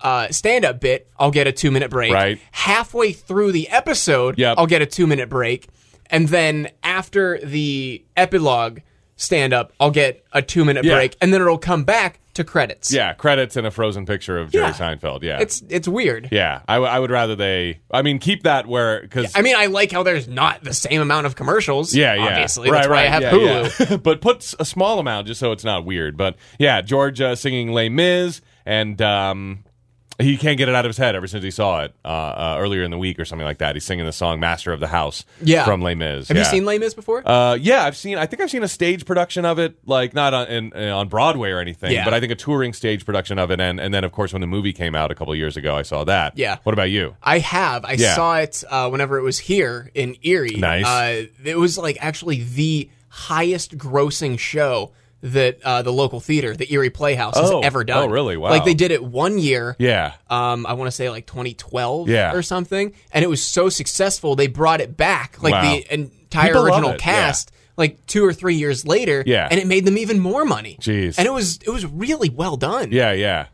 S1: uh, stand up bit, I'll get a two minute break.
S2: Right.
S1: Halfway through the episode,
S2: Yep.
S1: I'll get a two minute break, and then after the epilogue stand up, I'll get a two minute
S2: Yeah.
S1: break, and then it'll come back to credits.
S2: Yeah, credits and a frozen picture of Jerry
S1: Yeah.
S2: Seinfeld. Yeah.
S1: It's it's weird.
S2: yeah, I, w- I would rather they. I mean, keep that where because
S1: I mean, I like how there's not the same amount of commercials.
S2: Yeah, yeah.
S1: Obviously, that's why I have
S2: yeah,
S1: Hulu.
S2: yeah. but put s- a small amount just so it's not weird. But yeah, George uh, singing Les Mis, and um, he can't get it out of his head ever since he saw it uh, uh, earlier in the week or something like that. He's singing the song Master of the House
S1: Yeah.
S2: from Les Mis.
S1: Have
S2: yeah.
S1: you seen Les Mis before?
S2: Uh, yeah, I've seen. I think I've seen a stage production of it, like not on in, uh, on Broadway or anything,
S1: Yeah.
S2: but I think a touring stage production of it, and and then of course when the movie came out a couple years ago, I saw that.
S1: Yeah.
S2: What about you?
S1: I have. I
S2: Yeah.
S1: saw it uh, whenever it was here in Erie.
S2: Nice.
S1: Uh, it was like actually the highest grossing show that uh, the local theater, the Erie Playhouse, has
S2: Oh.
S1: ever done.
S2: Oh, really? Wow.
S1: Like they did it one year.
S2: Yeah.
S1: Um, I want to say like 2012
S2: Yeah.
S1: or something, and it was so successful they brought it back, like
S2: Wow.
S1: the entire
S2: People love
S1: original
S2: it, yeah.
S1: cast, like two or three years later,
S2: Yeah.
S1: and it made them even more money.
S2: Jeez.
S1: and it was it was really well done.
S2: Yeah, yeah.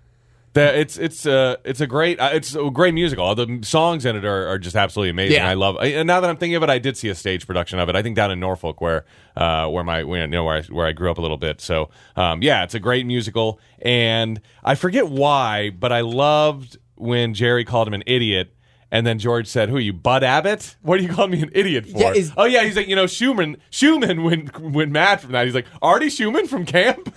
S2: The, it's it's uh, it's a great uh, it's a great musical. The songs in it are, are just absolutely amazing.
S1: Yeah.
S2: I love. I- And now that I'm thinking of it, I did see a stage production of it. I think down in Norfolk, where uh, where my where, you know where I, where I grew up a little bit. So um, yeah, it's a great musical. And I forget why, but I loved when Jerry called him an idiot. And then George said, "Who are you, Bud Abbott? What are you calling me an idiot for?"
S1: Yeah, is-
S2: oh yeah, he's like, you know, Schumann. Schumann went went mad from that. He's like, Artie Schumann from camp.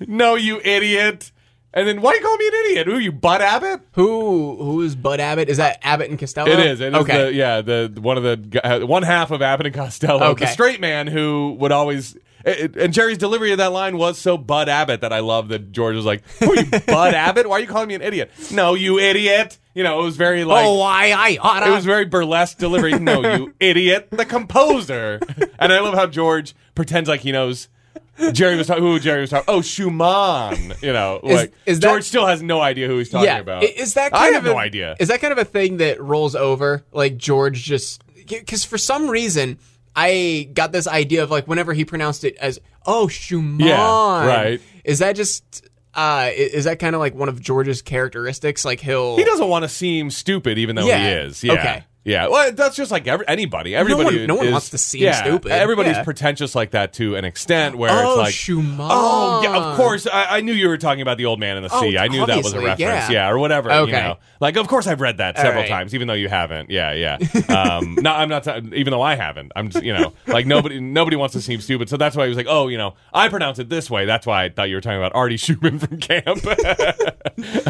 S2: no, you idiot. And then why you call me an idiot? Who you, Bud Abbott?
S1: Who who is Bud Abbott? Is that Abbott and Costello?
S2: It is. It is
S1: okay.
S2: the, yeah, the one of the gu- uh, one half of Abbott and Costello,
S1: Okay.
S2: the straight man who would always. it- it- and Jerry's delivery of that line was so Bud Abbott that I love that George was like, "Who are you, Bud Abbott? Why are you calling me an idiot? No, you idiot! You know, it was very like."
S1: oh, why I oughta.
S2: It was very burlesque delivery. No, you idiot, the composer. And I love how George pretends like he knows Jerry was talking. Who Jerry was talking? Oh, Schumann. You know,
S1: Is-
S2: like
S1: is that-
S2: George still has no idea who he's talking
S1: yeah,
S2: about.
S1: i- is that
S2: I
S1: kind
S2: have
S1: of a-
S2: no idea.
S1: Is that kind of a thing that rolls over? Like George just because for some reason I got this idea of like whenever he pronounced it as oh Schumann,
S2: Yeah, right.
S1: Is that just uh, i- is that kind of like one of George's characteristics? Like he'll
S2: He doesn't want to seem stupid, even though
S1: Yeah.
S2: he is. Yeah.
S1: Okay.
S2: Yeah. Well, that's just like every, anybody. Everybody.
S1: one- no one
S2: is-
S1: wants to seem
S2: yeah,
S1: stupid.
S2: Everybody's
S1: Yeah.
S2: pretentious like that to an extent where
S1: oh
S2: it's like.
S1: Schumann.
S2: Oh yeah, of course. I, I knew you were talking about the old man in the
S1: Oh,
S2: sea. I knew that was a
S1: obviously,
S2: reference. Yeah,
S1: yeah.
S2: or whatever.
S1: Okay.
S2: You know, like of course I've read that several
S1: right.
S2: times, even though you haven't. Yeah, yeah. Um, no, I'm not. ta- Even though I haven't, I'm just you know like nobody nobody wants to seem stupid. So that's why he was like, oh, you know, I pronounce it this way. That's why I thought you were talking about Artie Schumann from Camp.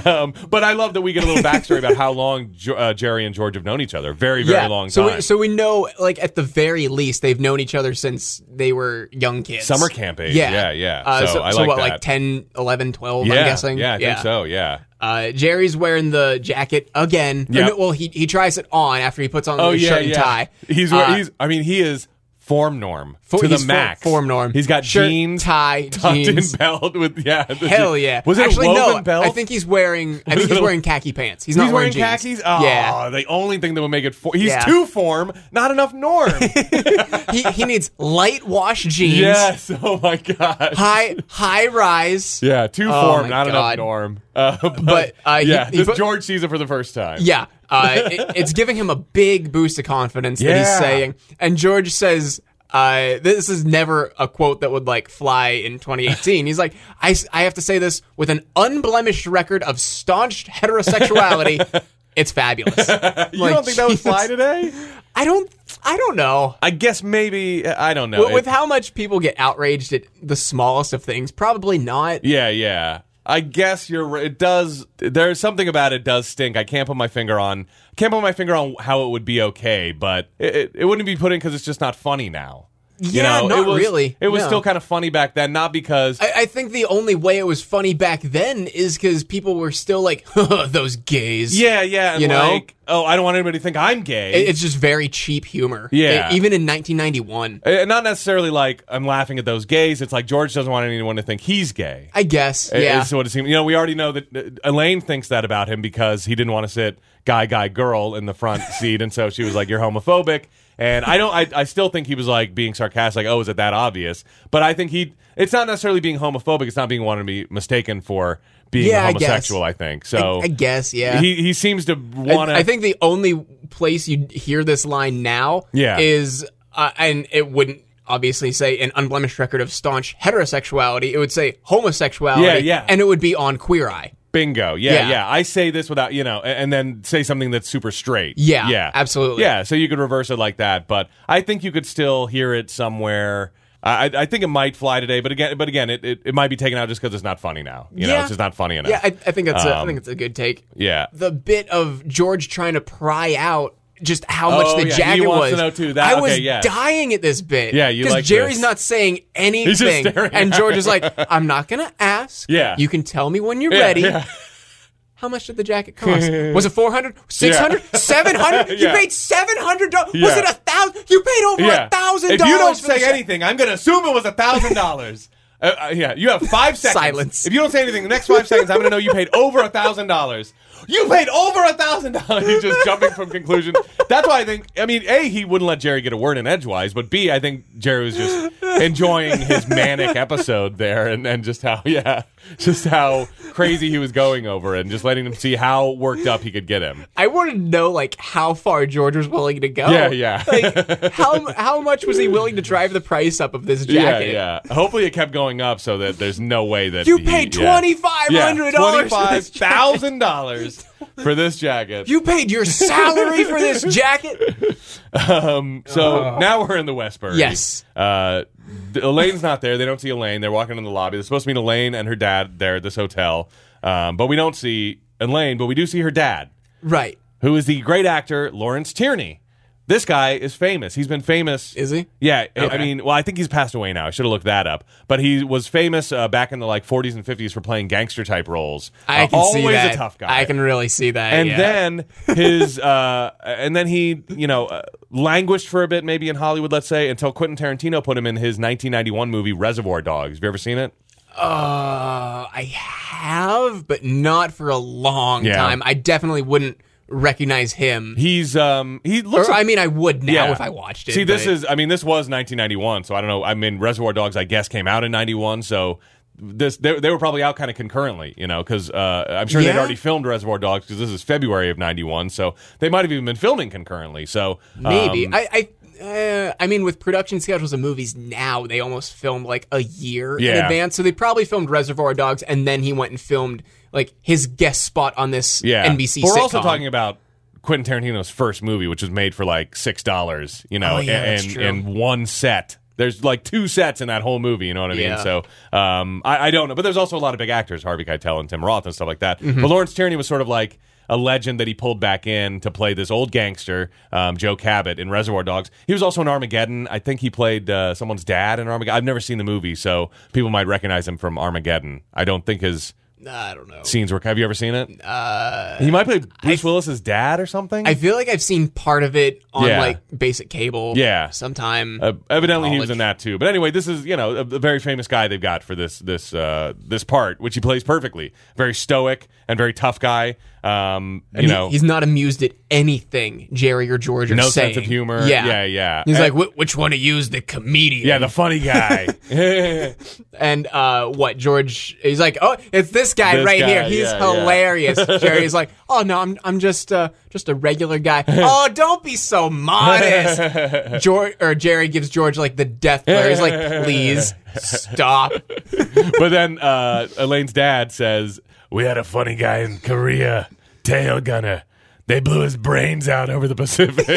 S2: um, but I love that we get a little backstory about how long jo- uh, Jerry and George have known each other. Very very
S1: yeah.
S2: long time.
S1: so we, so we know like at the very least they've known each other since they were young kids.
S2: Summer camp age.
S1: Yeah.
S2: Yeah, yeah.
S1: Uh,
S2: So
S1: so,
S2: I
S1: so
S2: like
S1: what,
S2: that.
S1: like 10, 11, 12,
S2: yeah,
S1: I'm guessing?
S2: yeah, I think so. Yeah.
S1: Uh, Jerry's wearing the jacket again. Or
S2: Yeah. Oh,
S1: no, well, he he tries it on after he puts on his shirt and tie.
S2: He's
S1: Uh,
S2: he's. I mean, he is form norm
S1: for-
S2: to the
S1: he's for-
S2: max.
S1: Form norm.
S2: He's got
S1: shirt,
S2: jeans,
S1: tie,
S2: tucked
S1: jeans.
S2: in belt with yeah. the
S1: Hell
S2: je-
S1: yeah!
S2: Was it
S1: actually
S2: a woven
S1: no?
S2: belt?
S1: I think he's wearing. I
S2: Was
S1: think
S2: it
S1: he's
S2: a-
S1: wearing khaki pants. He's,
S2: he's
S1: not
S2: wearing
S1: wearing,
S2: khakis.
S1: jeans.
S2: Oh,
S1: Yeah,
S2: the only thing that would make it for. He's
S1: Yeah.
S2: too form, not enough norm.
S1: he he needs light wash jeans.
S2: yes. Oh my god.
S1: high high rise.
S2: Yeah, too
S1: Oh
S2: form,
S1: my
S2: not enough
S1: God.
S2: norm. Uh, but,
S1: But, uh, he-
S2: yeah,
S1: he
S2: this
S1: put-
S2: George sees it for the first time.
S1: Yeah, uh, it, it's giving him a big boost of confidence that
S2: Yeah.
S1: he's saying. And George says, uh, "This is never a quote that would like fly in 2018." He's like, I, s- "I have to say this with an unblemished record of staunch heterosexuality. it's fabulous."
S2: you don't think that would fly today?
S1: I don't. I don't know.
S2: I guess maybe. I don't know.
S1: But
S2: It-
S1: with how much people get outraged at the smallest of things, probably not.
S2: Yeah, yeah. I guess you're. ri- It does. There's something about it does stink. I can't put my finger on. Can't put my finger on how it would be okay, but it, it, it wouldn't be put in because it's just not funny now.
S1: Yeah,
S2: you know,
S1: not
S2: it was,
S1: really.
S2: It was
S1: No.
S2: still kind of funny back then, not because
S1: I, I think the only way it was funny back then is because people were still like, "Those gays."
S2: yeah, yeah, and
S1: You know?
S2: like, oh, I don't want anybody to think I'm gay.
S1: It- It's just very cheap humor.
S2: Yeah.
S1: E- even in 1991,
S2: and not necessarily like I'm laughing at those gays. It's like George doesn't want anyone to think he's gay.
S1: I guess.
S2: It-
S1: Yeah.
S2: It's what it seems. You know, we already know that uh, Elaine thinks that about him because he didn't want to sit guy, guy, girl in the front seat, and so she was like, "You're homophobic." And I don't. I, I still think he was like being sarcastic. Like, oh, is it that obvious? But I think he. It's not necessarily being homophobic. It's not being wanted to be mistaken for being
S1: Yeah, I guess.
S2: homosexual. I, think so.
S1: I guess. Yeah.
S2: He he seems to
S1: I,
S2: want to.
S1: I think the only place you would hear this line now
S2: Yeah.
S1: is, uh, and it wouldn't obviously say an unblemished record of staunch heterosexuality. It would say homosexuality.
S2: Yeah, yeah.
S1: And it would be on Queer Eye.
S2: Bingo. Yeah, yeah,
S1: Yeah.
S2: I say this without, you know, a- and then say something that's super straight.
S1: Yeah, absolutely.
S2: Yeah, so you could reverse it like that, but I think you could still hear it somewhere. I, I- I think it might fly today, but again, but again, it, it, it might be taken out just because it's not funny now. You know,
S1: Yeah.
S2: it's just not funny enough.
S1: Yeah, I, I think that's a, I
S2: Um,
S1: think it's a good take.
S2: yeah.
S1: The bit of George trying to pry out just how much
S2: Oh,
S1: the
S2: yeah, he
S1: jacket
S2: wants
S1: was.
S2: to know too. That-
S1: I was
S2: okay, yeah.
S1: dying at this bit.
S2: Yeah, you like
S1: Jerry's
S2: this.
S1: not saying
S2: just
S1: anything,
S2: staring
S1: and
S2: at
S1: George is like, "I'm not gonna ask.
S2: Yeah.
S1: you can tell me when you're
S2: Yeah,
S1: ready."
S2: yeah.
S1: How much did the jacket cost? Was it 400, 600, 700?
S2: Yeah.
S1: You paid 700 dollars. Was
S2: Yeah.
S1: it a thousand? You paid over
S2: yeah.
S1: a thousand
S2: If
S1: dollars.
S2: you don't
S1: for the
S2: say
S1: jacket.
S2: anything, I'm going to assume it was a thousand dollars. Uh, uh, yeah, you have five seconds.
S1: Silence.
S2: If you don't say anything, the next five seconds, I'm going to know you paid over a thousand dollars. You paid over a thousand dollars. He's just jumping from conclusion. That's why I think. I mean, a he wouldn't let Jerry get a word in edgewise, but b I think Jerry was just enjoying his manic episode there, and and just how yeah, just how crazy he was going over, it and just letting him see how worked up he could get him.
S1: I wanted to know like how far George was willing to go.
S2: Yeah, yeah.
S1: Like how how much was he willing to drive the price up of this jacket?
S2: Yeah, yeah. Hopefully, it kept going up so that there's no way that
S1: You
S2: he-
S1: paid
S2: yeah.
S1: twenty five hundred dollars.
S2: Twenty-five thousand dollars for this jacket.
S1: You paid your salary for this jacket.
S2: um, so now we're in the Westbury.
S1: Yes.
S2: Uh, th- Elaine's not there. They don't see Elaine. They're walking in the lobby. They're supposed to meet Elaine and her dad there at this hotel, um, but we don't see Elaine. But we do see her dad,
S1: Right.
S2: who is the great actor Lawrence Tierney. This guy is famous. He's been famous.
S1: Is he?
S2: Yeah, I- I
S1: Okay.
S2: mean, well, I think he's passed away now. I should have looked that up. But he was famous uh, back in the like 40s and 50s for playing gangster type roles.
S1: I
S2: Uh,
S1: can
S2: always
S1: see that.
S2: a tough guy.
S1: I can really see that.
S2: and
S1: yeah.
S2: then his uh, and then he you know uh, languished for a bit maybe in Hollywood let's say until Quentin Tarantino put him in his 1991 movie Reservoir Dogs. Have you ever seen it?
S1: Uh, I have, but not for a long
S2: Yeah.
S1: time. I definitely wouldn't recognize him.
S2: He's um he looks
S1: Or, I mean, I would now
S2: Yeah.
S1: if I watched it.
S2: See, this
S1: but-
S2: is I mean, this was 1991, so I don't know. I mean, Reservoir Dogs, I guess, came out in 91, so this they, they were probably out kind of concurrently, you know, because uh, I'm sure they'd
S1: Yeah.
S2: already filmed Reservoir Dogs because this is February of 91, so they might have even been filming concurrently. So um,
S1: maybe I. I uh, I mean, with production schedules of movies now, they almost filmed like a year in
S2: Yeah.
S1: advance. So they probably filmed Reservoir Dogs, and then he went and filmed like his guest spot on this
S2: yeah,
S1: NBC.
S2: We're
S1: sitcom.
S2: also talking about. Quentin Tarantino's first movie, which was made for like six dollars, you know,
S1: Oh, yeah, that's
S2: and
S1: true.
S2: and one set. There's like two sets in that whole movie, you know what I mean?
S1: Yeah.
S2: So um, I, I don't know, but there's also a lot of big actors, Harvey Keitel and Tim Roth and stuff like that.
S1: Mm-hmm.
S2: But Lawrence Tierney was sort of like a legend that he pulled back in to play this old gangster, um, Joe Cabot in Reservoir Dogs. He was also in Armageddon. I think he played uh, someone's dad in Armageddon. I've never seen the movie, so people might recognize him from Armageddon. I don't think his
S1: I don't know.
S2: scenes were. Have you ever seen it? Uh, he might play Bruce Willis's dad or something.
S1: I feel like I've seen part of it on
S2: Yeah.
S1: like basic cable.
S2: Yeah.
S1: sometime.
S2: Uh, evidently, he was
S1: College.
S2: in that too. But anyway, this is you know a, a very famous guy they've got for this this uh, this part, which he plays perfectly. Very stoic and very tough guy. Um, you
S1: He-
S2: know,
S1: he's not amused at anything Jerry or George are
S2: no
S1: saying.
S2: sense of humor.
S1: Yeah,
S2: yeah, yeah.
S1: He's
S2: And-
S1: like, "Wh- which one to use? The comedian.
S2: yeah, the funny guy. this
S1: and uh, what George? He's like, oh, it's this guy
S2: This
S1: right
S2: guy,
S1: here. He's
S2: yeah, yeah."
S1: hilarious. Jerry's like, oh no, I'm I'm just uh, just a regular guy. oh, don't be so modest. George or Jerry gives George like the death glare. He's like, please stop.
S2: but then uh, Elaine's dad says, "We had a funny guy in Korea, tail gunner. They blew his brains out over the Pacific."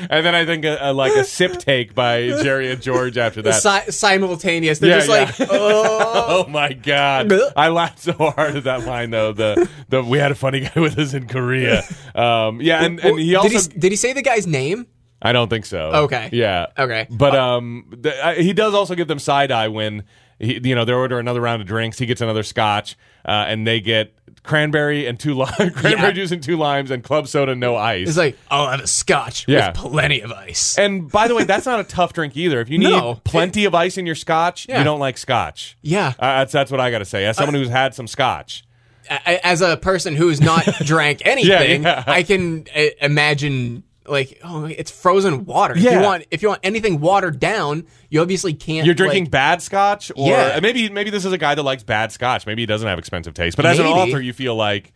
S2: and then I think a, a, like a sip take by Jerry and George after that.
S1: Si- simultaneous. They're
S2: Yeah,
S1: just
S2: yeah.
S1: like, oh.
S2: Oh my god!
S1: Blech.
S2: I laughed so hard at that line though. The the we had a funny guy with us in Korea. Um, yeah, and, and he
S1: Well,
S2: also
S1: did, he, did he say the guy's name?
S2: I don't think so.
S1: Okay.
S2: Yeah.
S1: Okay. Uh,
S2: But um, th- I, he does also give them side eye when he, you know they order another round of drinks. He gets another scotch, uh, and they get cranberry and two li- cranberry
S1: Yeah.
S2: juice and two limes and club soda, no ice.
S1: He's like, I'll have a scotch
S2: Yeah.
S1: with plenty of ice.
S2: and by the way, that's not a tough drink either. If you need
S1: No.
S2: plenty of ice in your scotch,
S1: Yeah.
S2: you don't like scotch.
S1: Yeah. Uh,
S2: Uh, that's that's what I got to say. As someone who's had some scotch.
S1: A- as a person who's not drank anything,
S2: yeah.
S1: I can uh, imagine like, oh, it's frozen water. If
S2: Yeah.
S1: you want, if you want anything watered down, you obviously can't.
S2: You're drinking
S1: like-
S2: bad scotch, or uh,
S1: Yeah.
S2: maybe maybe this is a guy that likes bad scotch. Maybe he doesn't have expensive taste, but as an
S1: Maybe.
S2: author, you feel like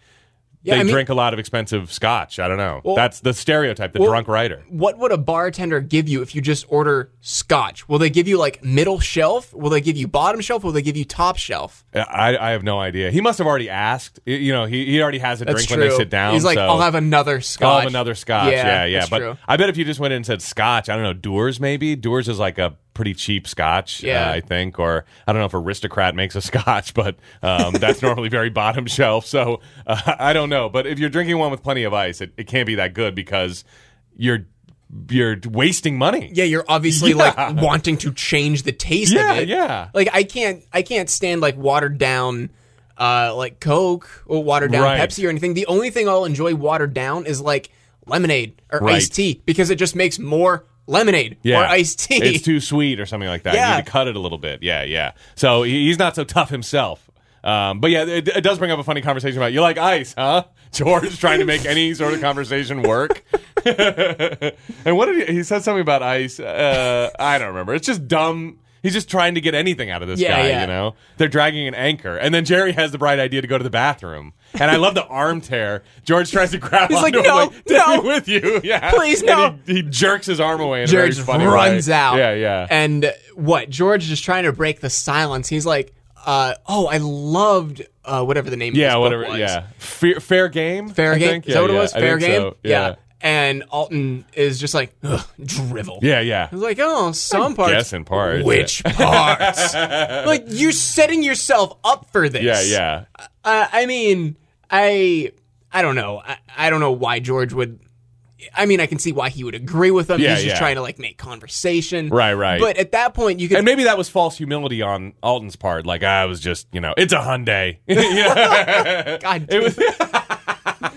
S1: Yeah,
S2: they
S1: I mean-
S2: drink a lot of expensive scotch. I don't know. That's the stereotype, the drunk writer.
S1: what would a bartender give you if you just order scotch? Will they give you like middle shelf? Will they give you bottom shelf? Will they give you top shelf?
S2: I, I have no idea. He must have already asked. Y- You know, he, he already has a
S1: That's
S2: drink
S1: true.
S2: when they sit down.
S1: He's like,
S2: so
S1: I'll have another scotch.
S2: I'll have Oh, another scotch. Yeah, yeah.
S1: that's
S2: But
S1: true.
S2: I bet if you just went in and said scotch, I don't know, Doers maybe. Doers is like a pretty cheap scotch, uh,
S1: Yeah.
S2: I think. Or I don't know if Aristocrat makes a scotch, but um, that's normally very bottom shelf. So uh, I don't know. But if you're drinking one with plenty of ice, it, it can't be that good because you're you're wasting money.
S1: Yeah, you're obviously
S2: Yeah.
S1: like wanting to change the taste
S2: Yeah,
S1: of it.
S2: yeah.
S1: Like I can't I can't stand like watered down uh like Coke or watered down
S2: Right.
S1: Pepsi or anything. The only thing I'll enjoy watered down is like lemonade or
S2: Right.
S1: iced tea because it just makes more lemonade or iced tea.
S2: It's too sweet or something like that. You
S1: Yeah.
S2: need to cut it a little bit. Yeah, yeah. So he- he's not so tough himself. Um, but yeah, it, it does bring up a funny conversation about you like ice, huh? George trying to make any sort of conversation work. and what did he, he said something about ice? Uh, I don't remember. It's just dumb. He's just trying to get anything out of this
S1: Yeah,
S2: guy,
S1: yeah.
S2: you know. They're dragging an anchor, and then Jerry has the bright idea to go to the bathroom. And I love the arm tear. George tries to grab.
S1: He's like,
S2: onto him,
S1: "No,
S2: "Take
S1: no.
S2: me with you, yeah,
S1: Please,
S2: And
S1: no."
S2: he, he jerks his arm away. In a very
S1: George just
S2: funny
S1: runs
S2: way.
S1: out.
S2: Yeah, yeah.
S1: And what? George is just trying to break the silence. He's like, uh, oh, I loved uh, whatever the name of this
S2: yeah,
S1: book
S2: whatever.
S1: was.
S2: Yeah, fair, fair game.
S1: Fair
S2: I
S1: game.
S2: think?
S1: Is that what it was?
S2: I
S1: Fair
S2: think
S1: game.
S2: so. Yeah.
S1: And Alton is just like Ugh, drivel.
S2: yeah, yeah,
S1: I was like, oh, some parts.
S2: guess in parts,
S1: Which parts? like you're setting yourself up for this.
S2: yeah, yeah.
S1: Uh, I mean, I I don't know. I, I don't know why George would I mean, I can see why he would agree with them.
S2: Yeah,
S1: He's just
S2: yeah.
S1: trying to like make conversation.
S2: Right, right.
S1: But at that point, you can.
S2: And maybe that was false humility on Alton's part. Like I was just, you know, it's a Hyundai. Yeah.
S1: God,
S2: it was now-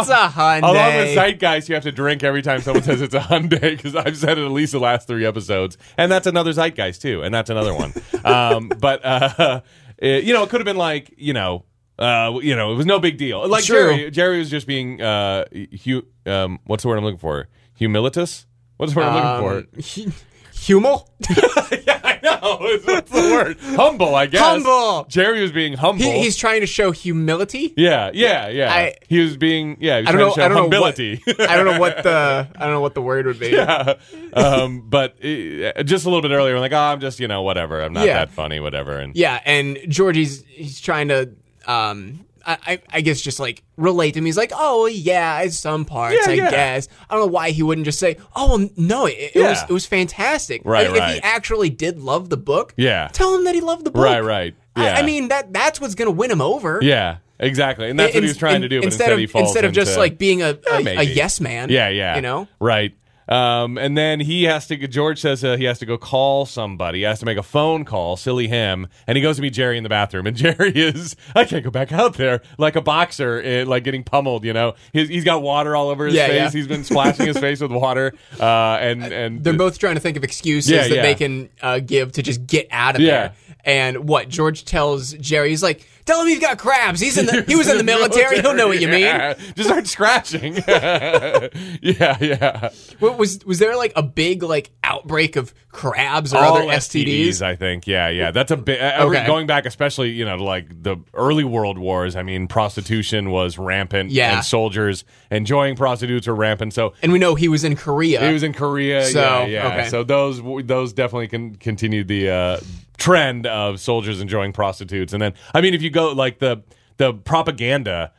S1: it's a Hyundai.
S2: Along with zeitgeist, you have to drink every time someone says it's a Hyundai because I've said it at least the last three episodes, and that's another zeitgeist too, and that's another one. um, but uh, it- you know, it could have been like you know, uh, you know, it was no big deal. Like
S1: True.
S2: Jerry, Jerry was just being uh, hu- um, what's the word I'm looking for? Humilitus. What's the word I'm looking for?
S1: Um, Hummel.
S2: yeah, I know. It's- What's the word? Humble, I guess.
S1: Humble.
S2: Jerry was being humble.
S1: He, he's trying to show humility.
S2: yeah, yeah, yeah.
S1: I-
S2: he was being yeah. He was
S1: I don't
S2: trying
S1: know.
S2: to show
S1: I don't know what.
S2: humility.
S1: I don't know what the. I don't know what the word would be.
S2: um, but uh, just a little bit earlier, I'm like, oh, I'm just, you know, whatever. I'm not
S1: Yeah.
S2: that funny, whatever. And
S1: Yeah, and Georgie's he's trying to um I, I- I guess just like relate to him. He's like, oh yeah, it's some parts,
S2: Yeah,
S1: I
S2: yeah.
S1: guess. I don't know why he wouldn't just say, oh well, no, it, it
S2: Yeah.
S1: was it was fantastic.
S2: Right,
S1: Like, If
S2: right.
S1: he actually did love the book,
S2: Yeah.
S1: tell him that he loved the book.
S2: Right, right.
S1: I-
S2: Yeah.
S1: I, mean that that's what's gonna win him over.
S2: yeah, exactly. And that's what
S1: In-
S2: he was trying
S1: in-
S2: to do, but instead,
S1: of
S2: he falls
S1: instead of just
S2: into-
S1: like being a a,
S2: maybe.
S1: a yes man.
S2: yeah, yeah.
S1: You know.
S2: Right. Um, and then he has to, George says uh, he has to go call somebody. He has to make a phone call, silly him. And he goes to meet Jerry in the bathroom. And Jerry is, I can't go back out there, like a boxer, eh, like getting pummeled, you know? He's, he's got water all over his
S1: Yeah,
S2: face.
S1: yeah.
S2: He's been splashing his face with water. Uh, and, and
S1: They're both trying to think of excuses
S2: Yeah,
S1: that
S2: yeah.
S1: they can uh, give to just get out of
S2: Yeah.
S1: there. And what George tells Jerry, he's like, "Tell him he's got crabs. He's in the he was in the military. Oh, He'll know what you mean."
S2: Yeah. Just start scratching. yeah, yeah.
S1: What was was there like a big like outbreak of crabs or other STDs?
S2: I think. Yeah, yeah. That's a big. every
S1: Okay.
S2: Going back, especially you know, to, like the early World Wars. I mean, prostitution was rampant.
S1: Yeah.
S2: and soldiers enjoying prostitutes were rampant. So.
S1: And we know he was in Korea.
S2: It was in Korea,
S1: So,
S2: yeah, yeah.
S1: okay.
S2: So those those definitely can continue the uh, trend of soldiers enjoying prostitutes, and then I mean, if you go like the the propaganda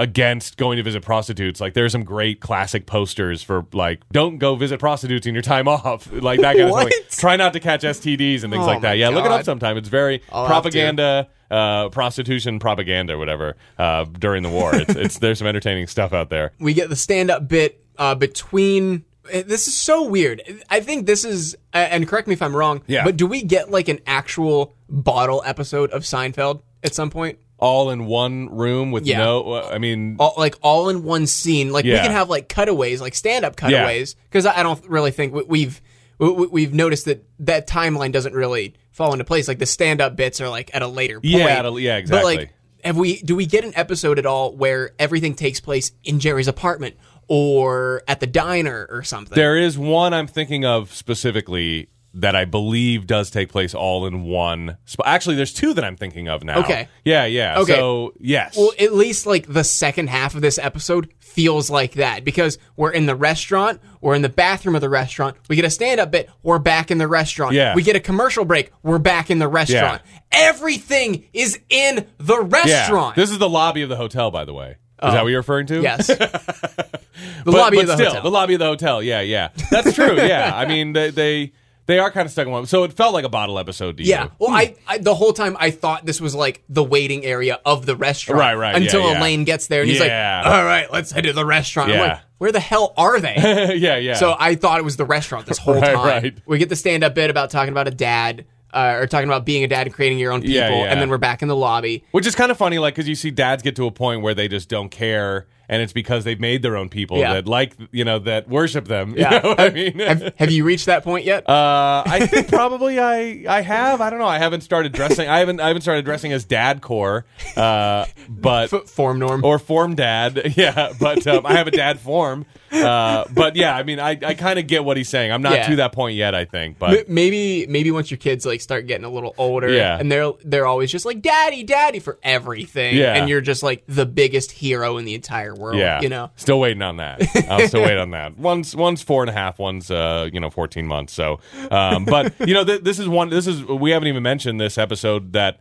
S2: against going to visit prostitutes. Like there are some great classic posters for like don't go visit prostitutes in your time off, like that kind of
S1: What?
S2: thing. Try not to catch STDs and things
S1: Oh
S2: like
S1: my
S2: that. Yeah, look it up
S1: God.
S2: sometime. It's very
S1: have
S2: propaganda, uh, prostitution propaganda, whatever. Uh, during the war, it's, it's there's some entertaining stuff out there.
S1: we get the stand up bit uh, between. eh, This is so weird. I think this is, a- and correct me if I'm wrong.
S2: Yeah.
S1: But do we get like an actual bottle episode of Seinfeld at some point?
S2: All in one room with
S1: Yeah.
S2: no. I mean,
S1: all, like all in one scene. Like we
S2: Yeah.
S1: can have like cutaways, like stand up cutaways, because I, I don't really think we, we've we, we- we've noticed that that timeline doesn't really fall into place. Like the stand up bits are like at a later point.
S2: Yeah, at a- yeah,
S1: But
S2: exactly.
S1: like, have we? Do we get an episode at all where everything takes place in Jerry's apartment or at the diner or something?
S2: There is one I'm thinking of specifically that I believe does take place all in one spot. Actually, there's two that I'm thinking of now.
S1: Okay.
S2: Yeah, yeah.
S1: Okay.
S2: So, yes.
S1: well, at least like the second half of this episode feels like that because we're in the restaurant, we're in the bathroom of the restaurant, we get a stand up bit, we're back in the restaurant.
S2: Yeah.
S1: We get a commercial break, we're back in the restaurant. Everything is in the
S2: yeah.
S1: restaurant.
S2: This is the lobby of the hotel, by the way. Is that what you're referring to?
S1: Oh. yes. the
S2: But-
S1: lobby
S2: but
S1: of the
S2: still,
S1: hotel.
S2: The lobby of the hotel. Yeah, yeah. That's true. yeah. I mean, they, they they are kind of stuck in one. So it felt like a bottle episode to
S1: yeah.
S2: you.
S1: Well, I, I the whole time I thought this was like the waiting area of the restaurant.
S2: Right, right, yeah,
S1: Until
S2: yeah.
S1: Elaine gets there and he's
S2: Yeah.
S1: like, "All right, let's head to the restaurant." I'm
S2: Yeah.
S1: like, "Where the hell are they?"
S2: yeah, yeah.
S1: So I thought it was the restaurant this whole
S2: Right,
S1: time.
S2: right.
S1: We get the stand up bit about talking about a dad uh, or talking about being a dad and creating your own people,
S2: Yeah, yeah.
S1: and then we're back in the lobby.
S2: Which is kind of funny, like, because you see dads get to a point where they just don't care, and it's because they've made their own people
S1: Yeah.
S2: that like, you know, that worship them. You
S1: Yeah.
S2: know what I mean?
S1: Have, have you reached that point yet?
S2: Uh, I think probably I I have. I don't know. I haven't started dressing. I haven't I haven't started dressing as dad core, uh, but
S1: F- form norm.
S2: or form dad. Yeah, but um, I have a dad form. Uh, but yeah, I mean, I, I kind of get what he's saying. I'm not
S1: Yeah.
S2: to that point yet. I think,
S1: M-
S2: but
S1: maybe maybe once your kids like start getting a little older,
S2: Yeah.
S1: and they're they're always just like daddy, daddy for everything,
S2: Yeah.
S1: and you're just like the biggest hero in the entire world.
S2: yeah,
S1: You know.
S2: still waiting on that. I'll still wait on that. One's one's four and a half. One's uh, you know, fourteen months. So, um, but you know, th- this is one. This is we haven't even mentioned this episode that.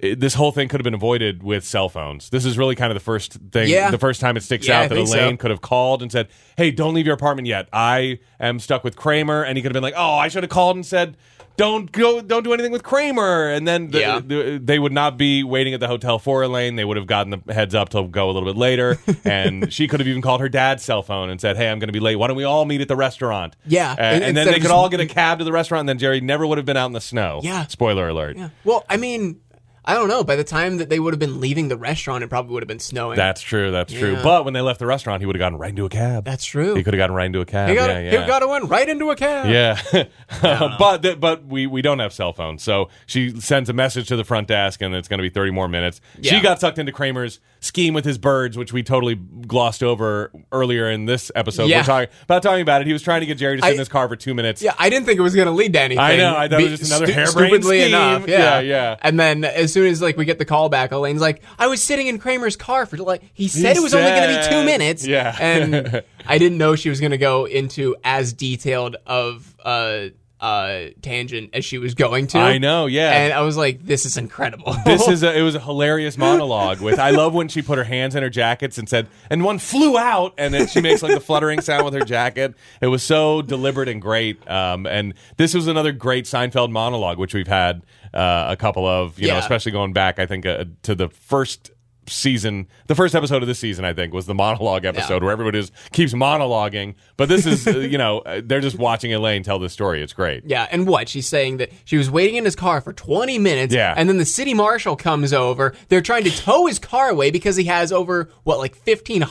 S2: it- this whole thing could have been avoided with cell phones. This is really kind of the first thing,
S1: Yeah.
S2: the first time it sticks
S1: Yeah, I
S2: out that
S1: think so.
S2: Elaine could have called and said, "Hey, don't leave your apartment yet. I am stuck with Kramer," and he could have been like, "Oh, I should have called and said." don't go, don't do anything with Kramer. And then the,
S1: Yeah.
S2: the- they would not be waiting at the hotel for Elaine. They would have gotten the heads up to go a little bit later. and she could have even called her dad's cell phone and said, "Hey, I'm going to be late. Why don't we all meet at the restaurant?"
S1: Yeah.
S2: Uh, and,
S1: And-
S2: then
S1: instead
S2: they
S1: of
S2: could
S1: just-
S2: all get a cab to the restaurant. And then Jerry never would have been out in the snow.
S1: Yeah.
S2: Spoiler alert.
S1: Yeah. Well, I mean, I don't know. By the time that they would have been leaving the restaurant, it probably would have been snowing.
S2: That's true. That's true.
S1: Yeah.
S2: But when they left the restaurant, he would have gotten right into a cab.
S1: That's true.
S2: He could have gotten right into a cab.
S1: He got,
S2: yeah,
S1: a,
S2: yeah.
S1: he got a win right into a cab.
S2: Yeah, but th- but we we don't have cell phones, so she sends a message to the front desk, and it's going to be thirty more minutes.
S1: Yeah.
S2: She got sucked into Kramer's scheme with his birds, which we totally glossed over earlier in this episode.
S1: Yeah.
S2: We're talking about talking about it. He was trying to get Jerry to sit
S1: I-
S2: in his car for two minutes.
S1: Yeah, I didn't think it was going to lead to anything.
S2: I know, I thought it was just another harebrained
S1: Stupidly
S2: scheme.
S1: enough, yeah.
S2: Yeah, yeah.
S1: And then as soon as like we get the call back, Elaine's like, "I was sitting in Kramer's car for like he said it was only going to be two
S2: said-
S1: minutes."
S2: Yeah.
S1: and I didn't know she was going to go into as detailed of uh uh tangent as she was going to.
S2: I know, yeah.
S1: and I was like, "This is incredible."
S2: This is a, it was a hilarious monologue with I love when she put her hands in her jackets and said and one flew out and then she makes like the fluttering sound with her jacket. It was so deliberate and great. Um, and this was another great Seinfeld monologue which we've had uh, a couple of you
S1: Yeah.
S2: know especially going back I think uh, to the first season the first episode of this season I think was the monologue episode where everybody just keeps monologuing but this is uh, you know uh, they're just watching Elaine tell this story it's great
S1: Yeah, and what? She's saying that she was waiting in his car for 20 minutes,
S2: Yeah.
S1: and then the city marshal comes over. They're trying to tow his car away because he has over, what, like $1,500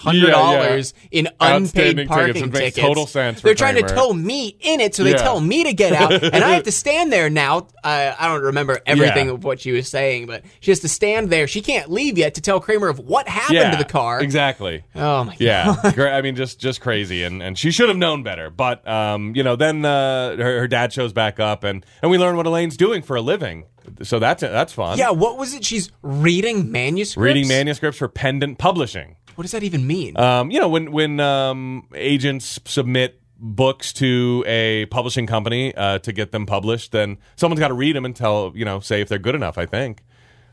S2: Outstanding
S1: in unpaid
S2: tickets.
S1: parking
S2: It
S1: tickets.
S2: makes total sense for
S1: They're trying to
S2: Kramer.
S1: tow me in it, so they
S2: Yeah.
S1: tell me to get out, and I have to stand there now. Uh, I don't remember everything
S2: Yeah.
S1: of what she was saying, but she has to stand there. She can't leave yet to tell Kramer of what happened to the car.
S2: exactly
S1: Oh, my God.
S2: Yeah, great. I mean, just just crazy, and and she should have known better. But um, you know, then uh, her, her dad shows back up, and and we learn what Elaine's doing for a living. So that's that's fun.
S1: Yeah, what was it? She's reading manuscripts?
S2: reading manuscripts for Pendant Publishing.
S1: What does that even mean?
S2: Um, you know, when when um, agents submit books to a publishing company uh, to get them published, then someone's got to read them and tell you know say if they're good enough. I think,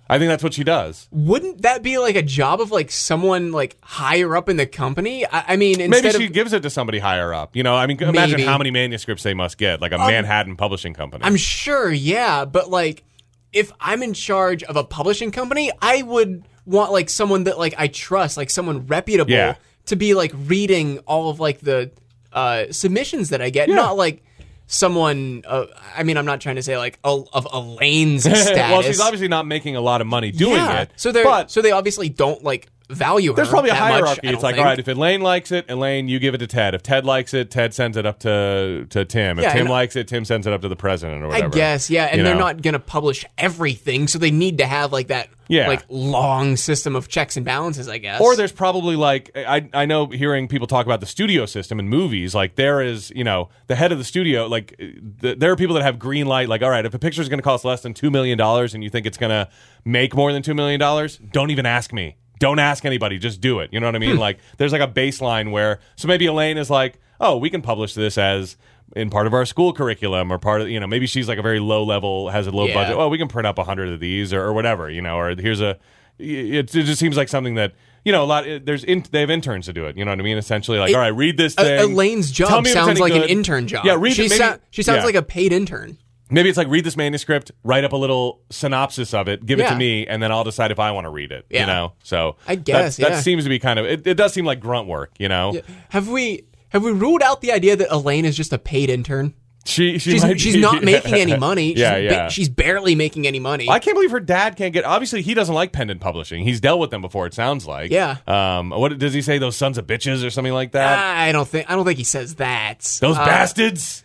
S2: I think that's what she does.
S1: Wouldn't that be like a job of like someone like higher up in the company? I, I mean, instead
S2: Maybe she
S1: of,
S2: gives it to somebody higher up. You know, I mean, imagine
S1: Maybe. Um,
S2: how many manuscripts they must get, like a Manhattan publishing company.
S1: I'm sure, yeah, but like, if I'm in charge of a publishing company, I would want like someone that like I trust, like someone reputable,
S2: Yeah.
S1: to be like reading all of like the uh, submissions that I get, not like someone. Uh, I mean, I'm not trying to say like a, of Elaine's status.
S2: well, she's obviously not making a lot of money doing
S1: yeah.
S2: it.
S1: So they
S2: but
S1: so they obviously don't like value her.
S2: there's probably a
S1: that much, I
S2: hierarchy.
S1: don't
S2: it's like,
S1: think.
S2: all right, if Elaine likes it, Elaine, you give it to Ted. If Ted likes it, Ted sends it up to to Tim. If
S1: Yeah,
S2: Tim
S1: and-
S2: likes it, Tim sends it up to the president or whatever.
S1: I guess, yeah, and
S2: You
S1: they're
S2: know?
S1: not going to publish everything, so they need to have like that,
S2: Yeah.
S1: like long system of checks and balances, I guess.
S2: Or there's probably like I I know hearing people talk about the studio system in movies like there is you know the head of the studio like th- there are people that have green light like all right if a picture is going to cost less than two million dollars and you think it's going to make more than two million dollars don't even ask me don't ask anybody just do it you know what I mean like there's like a baseline where so maybe Elaine is like oh we can publish this as in part of our school curriculum or part of you know maybe she's like a very low level has a low
S1: Yeah.
S2: budget oh we can print up a hundred of these or, or whatever you know or here's a it, it just seems like something that you know a lot there's in, they have interns to do it you know what i mean essentially like all right read this
S1: A-
S2: thing
S1: Elaine's job
S2: Tell me if it's
S1: sounds
S2: any
S1: like an
S2: good.
S1: intern job.
S2: yeah read
S1: she,
S2: it, maybe,
S1: sou- she sounds
S2: yeah.
S1: like a paid intern.
S2: maybe it's like read this manuscript write up a little synopsis of it give it
S1: Yeah.
S2: to me and then i'll decide if i want to read it
S1: Yeah.
S2: you know so
S1: I
S2: that-
S1: guess,
S2: that,
S1: yeah.
S2: seems to be kind of it, it does seem like grunt work you know
S1: Have we have we ruled out the idea that Elaine is just a paid intern?
S2: she, she
S1: She's
S2: might
S1: she's
S2: be-
S1: not making any money.
S2: Yeah,
S1: she's,
S2: yeah.
S1: she's barely making any money.
S2: I can't believe her dad can't get. Obviously, he doesn't like Pendant Publishing. He's dealt with them before. It sounds like.
S1: Yeah.
S2: Um. What does he say? Those sons of bitches or something like that.
S1: I don't think I don't think he says that.
S2: Those
S1: Uh,
S2: bastards.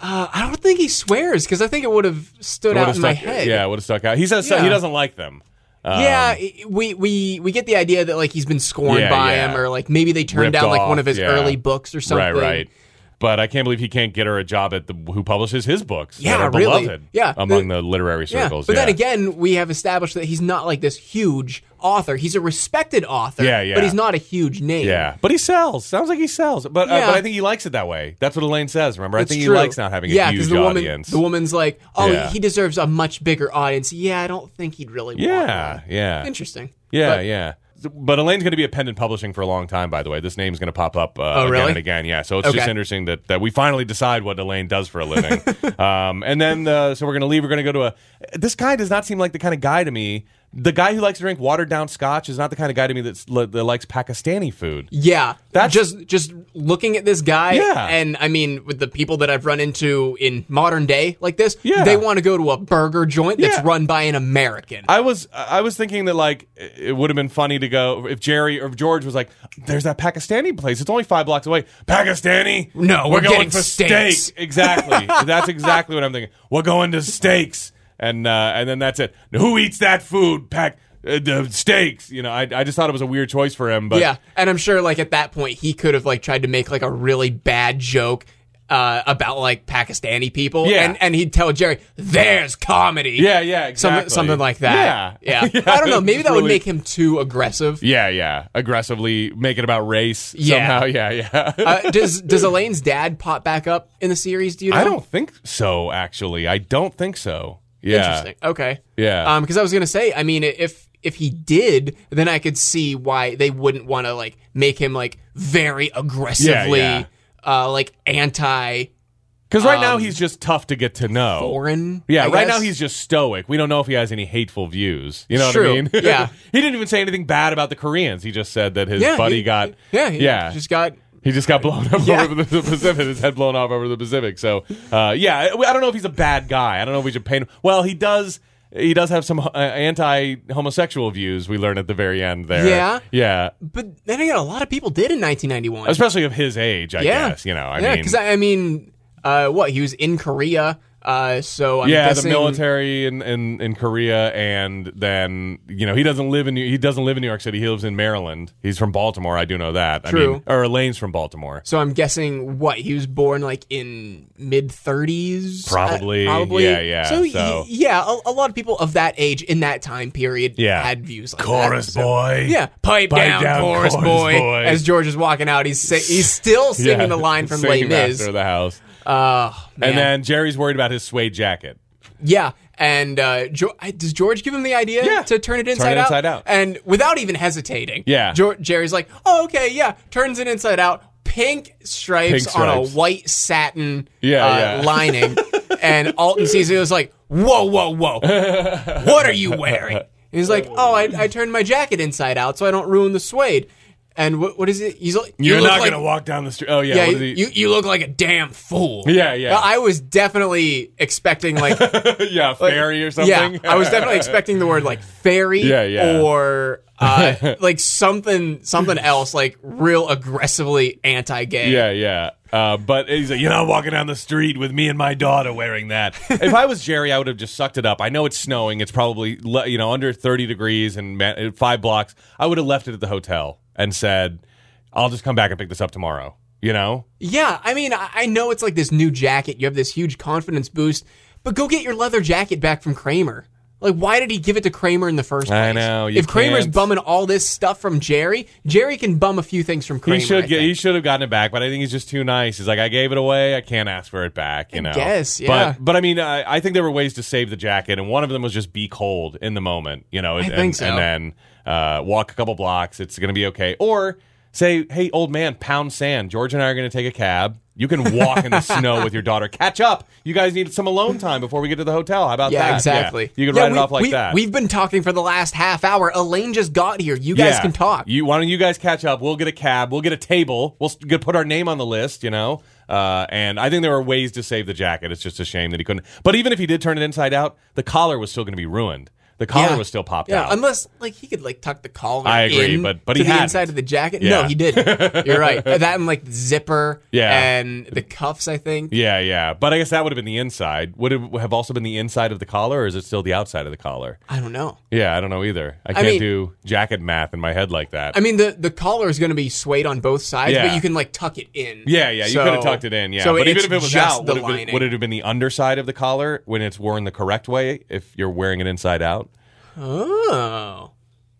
S1: uh, I don't think he swears because I think it would have stood out
S2: Would've
S1: in my
S2: stuck-
S1: head.
S2: Yeah, would have stuck out. He says so-
S1: Yeah.
S2: he doesn't like them. Um,
S1: Yeah, i- we, we we get the idea that like he's been scorned
S2: Yeah,
S1: by
S2: yeah.
S1: him, or like maybe they turned
S2: Ripped
S1: down like one
S2: off,
S1: of his
S2: yeah.
S1: early books or something.
S2: Right, right. But I can't believe he can't get her a job at the who publishes his books. that
S1: Yeah,
S2: are
S1: really.
S2: beloved
S1: Yeah,
S2: among
S1: the-
S2: the, literary
S1: Yeah,
S2: circles.
S1: but then again, we have established that he's not like this huge author. He's a respected author.
S2: Yeah, yeah.
S1: But he's not a huge name.
S2: yeah, but he sells. Sounds like he sells. But uh,
S1: Yeah.
S2: but I think he likes it that way. That's what Elaine says. Remember,
S1: It's
S2: I think
S1: true.
S2: he likes not having
S1: yeah,
S2: a
S1: 'cause
S2: huge
S1: the woman,
S2: audience.
S1: The woman's like, oh,
S2: Yeah.
S1: he deserves a much bigger audience. Yeah, I don't think he'd really want
S2: yeah,
S1: one.
S2: yeah,
S1: Interesting.
S2: yeah,
S1: But
S2: yeah. But Elaine's going to be at Pendant Publishing for a long time, by the way. This name's going to pop up uh,
S1: Oh,
S2: again
S1: really?
S2: and again. Yeah, so it's just
S1: Okay.
S2: interesting that, that we finally decide what Elaine does for a living. um, and then, uh, so we're going to leave. We're going to go to a. This guy does not seem like the kind of guy to me. The guy who likes to drink watered down scotch is not the kind of guy to me that's, that likes Pakistani food.
S1: Yeah,
S2: That's-
S1: just just looking at this guy,
S2: Yeah.
S1: and I mean, with the people that I've run into in modern day like this,
S2: Yeah.
S1: they want to go to a burger joint that's
S2: Yeah.
S1: run by an American.
S2: I was I was thinking that like it would have been funny to go if Jerry or George was like, "There's that Pakistani place. It's only five blocks away. Pakistani?
S1: No, we're
S2: going
S1: getting
S2: for
S1: steaks."
S2: steak. Exactly. That's exactly what I'm thinking. We're going to steaks, and uh, and then that's it. Who eats that food? Pack uh, the steaks. You know, I, I just thought it was a weird choice for him, but
S1: yeah, and I'm sure like at that point he could have like tried to make like a really bad joke. Uh, about like Pakistani people,
S2: Yeah.
S1: and and he'd tell Jerry, "There's comedy."
S2: Yeah, yeah, exactly.
S1: something something like that.
S2: Yeah.
S1: yeah. I don't know. Maybe
S2: It's
S1: that would
S2: really-
S1: make him too aggressive.
S2: Yeah, yeah. Aggressively make it about race
S1: Yeah.
S2: somehow. Yeah, yeah.
S1: Uh, does does Elaine's dad pop back up in the series? Do you know?
S2: I don't think so. Actually, I don't think so. Yeah.
S1: Interesting. Okay.
S2: Yeah.
S1: Um, because I was gonna say, I mean, if if he did, then I could see why they wouldn't want to like make him like very aggressively,
S2: yeah.
S1: uh, like anti
S2: Because right now he's just tough to get to know.
S1: foreign.
S2: Yeah,
S1: um, I
S2: right now
S1: guess.
S2: he's just stoic. We don't know if he has any hateful views. You know what I
S1: True.
S2: mean?
S1: Yeah.
S2: he didn't even say anything bad about the Koreans. He just said that his
S1: Yeah,
S2: buddy
S1: he-
S2: got
S1: yeah, he
S2: yeah.
S1: just got
S2: he just got blown up
S1: Yeah.
S2: over the, the Pacific. His head blown off over the Pacific. So, uh, yeah, I, I don't know if he's a bad guy. I don't know if we should paint him. Well, he does. He does have some uh, anti-homosexual views. We learn at the very end there.
S1: Yeah?
S2: yeah.
S1: but then again, a lot of people did in 1991.
S2: especially of his age. I
S1: yeah,
S2: guess you know. I
S1: yeah,
S2: mean,
S1: because I, I mean, uh, what he was in Korea, uh, so I'm
S2: yeah,
S1: guessing,
S2: the military in, in, in Korea, and then you know he doesn't live in New, he doesn't live in New York City. He lives in Maryland. He's from Baltimore. I do know that. I mean,
S1: True.
S2: or Elaine's from Baltimore.
S1: So I'm guessing what he was born like in mid 30s,
S2: Probably.
S1: probably,
S2: Yeah, yeah,
S1: So, y-
S2: so-
S1: yeah, a, a lot of people of that age in that time period,
S2: Yeah.
S1: had views like that. So-
S2: boy.
S1: yeah,
S2: Pipe
S1: pipe, down,
S2: down,
S1: chorus,
S2: chorus
S1: boy.
S2: boy.
S1: As George is walking out, he's sa- he's still singing the line from Les
S2: Singing
S1: Mis.
S2: Master of the house.
S1: Oh, man.
S2: And then Jerry's worried about his suede jacket.
S1: yeah. And uh, jo- I- does George give him the idea
S2: Yeah.
S1: to turn it inside,
S2: it inside out.
S1: And without even hesitating,
S2: Yeah.
S1: Geor- Jerry's like, "Oh, okay, yeah." Turns it inside out, pink stripes,
S2: Pink
S1: on a
S2: stripes.
S1: white satin
S2: Yeah,
S1: uh,
S2: yeah.
S1: lining, and Alton sees it. and was like, "Whoa, whoa, whoa! What are you wearing?" And he's like, "Oh, I, I turned my jacket inside out so I don't ruin the suede." And what, what is it? He's like, you
S2: You're
S1: look
S2: not
S1: like-
S2: gonna walk down the street. Oh yeah.
S1: yeah,
S2: what is
S1: you,
S2: he-
S1: you you look like a damn fool.
S2: Yeah, yeah.
S1: I was definitely expecting like
S2: yeah, fairy or something.
S1: yeah, I was definitely expecting the word like fairy
S2: Yeah, yeah.
S1: or uh, like something something else like real aggressively anti-gay.
S2: Yeah, yeah. Uh, but he's like, you're not walking down the street with me and my daughter wearing that. if I was Jerry, I would have just sucked it up. I know it's snowing. It's probably le- you know under 30 degrees and ma- uh, five blocks. I would have left it at the hotel and said, "I'll just come back and pick this up tomorrow." You know?
S1: Yeah, I mean, I I know it's like this new jacket. You have this huge confidence boost, but go get your leather jacket back from Kramer. Like, why did he give it to Kramer in the first place?
S2: I know, you
S1: if Kramer's
S2: can't.
S1: bumming all this stuff from Jerry, Jerry can bum a few things from Kramer.
S2: He should
S1: I
S2: get.
S1: think.
S2: He should have gotten it back, but I think he's just too nice. He's like, I gave it away. I can't ask for it back. You know.
S1: guess, yeah.
S2: But but I mean, I, I think there were ways to save the jacket, and one of them was just be cold in the moment. You know, and,
S1: think
S2: and-
S1: so.
S2: and then uh, walk a couple blocks. It's gonna be okay. Or say, hey, old man, pound sand. George and I are gonna take a cab. You can walk in the snow with your daughter. Catch up. You guys need some alone time before we get to the hotel. How about that?
S1: Yeah, exactly.
S2: You can
S1: Yeah,
S2: write
S1: we-
S2: it off like
S1: we-
S2: that.
S1: We've been talking for the last half hour. Elaine just got here. You guys
S2: Yeah.
S1: can talk.
S2: You why don't you guys catch up? We'll get a cab. We'll get a table. We'll s- get put our name on the list. You know. Uh, and I think there were ways to save the jacket. It's just a shame that he couldn't. But even if he did turn it inside out, the collar was still going to be ruined. The collar was still popped
S1: yeah,
S2: out.
S1: unless like he could like tuck the collar.
S2: I agree,
S1: in
S2: but- but
S1: to
S2: he
S1: the
S2: hadn't.
S1: inside of the jacket.
S2: Yeah.
S1: No, he did. not You're right. That and like the zipper.
S2: Yeah.
S1: and the cuffs. I think.
S2: yeah, yeah. But I guess that would have been the inside. Would it have also been the inside of the collar, or is it still the outside of the collar?
S1: I don't know.
S2: Yeah, I don't know either. I can't
S1: mean-
S2: do jacket math in my head like that.
S1: I mean, the the collar is going to be suede on both sides,
S2: Yeah.
S1: but you can like tuck it in.
S2: Yeah, yeah, you
S1: So-
S2: could have tucked it in. Yeah,
S1: so
S2: but even
S1: it's
S2: if it was
S1: just
S2: out,
S1: the
S2: would it, have been,
S1: lining.
S2: would it have been the underside of the collar when it's worn the correct way? If you're wearing it inside out,
S1: oh,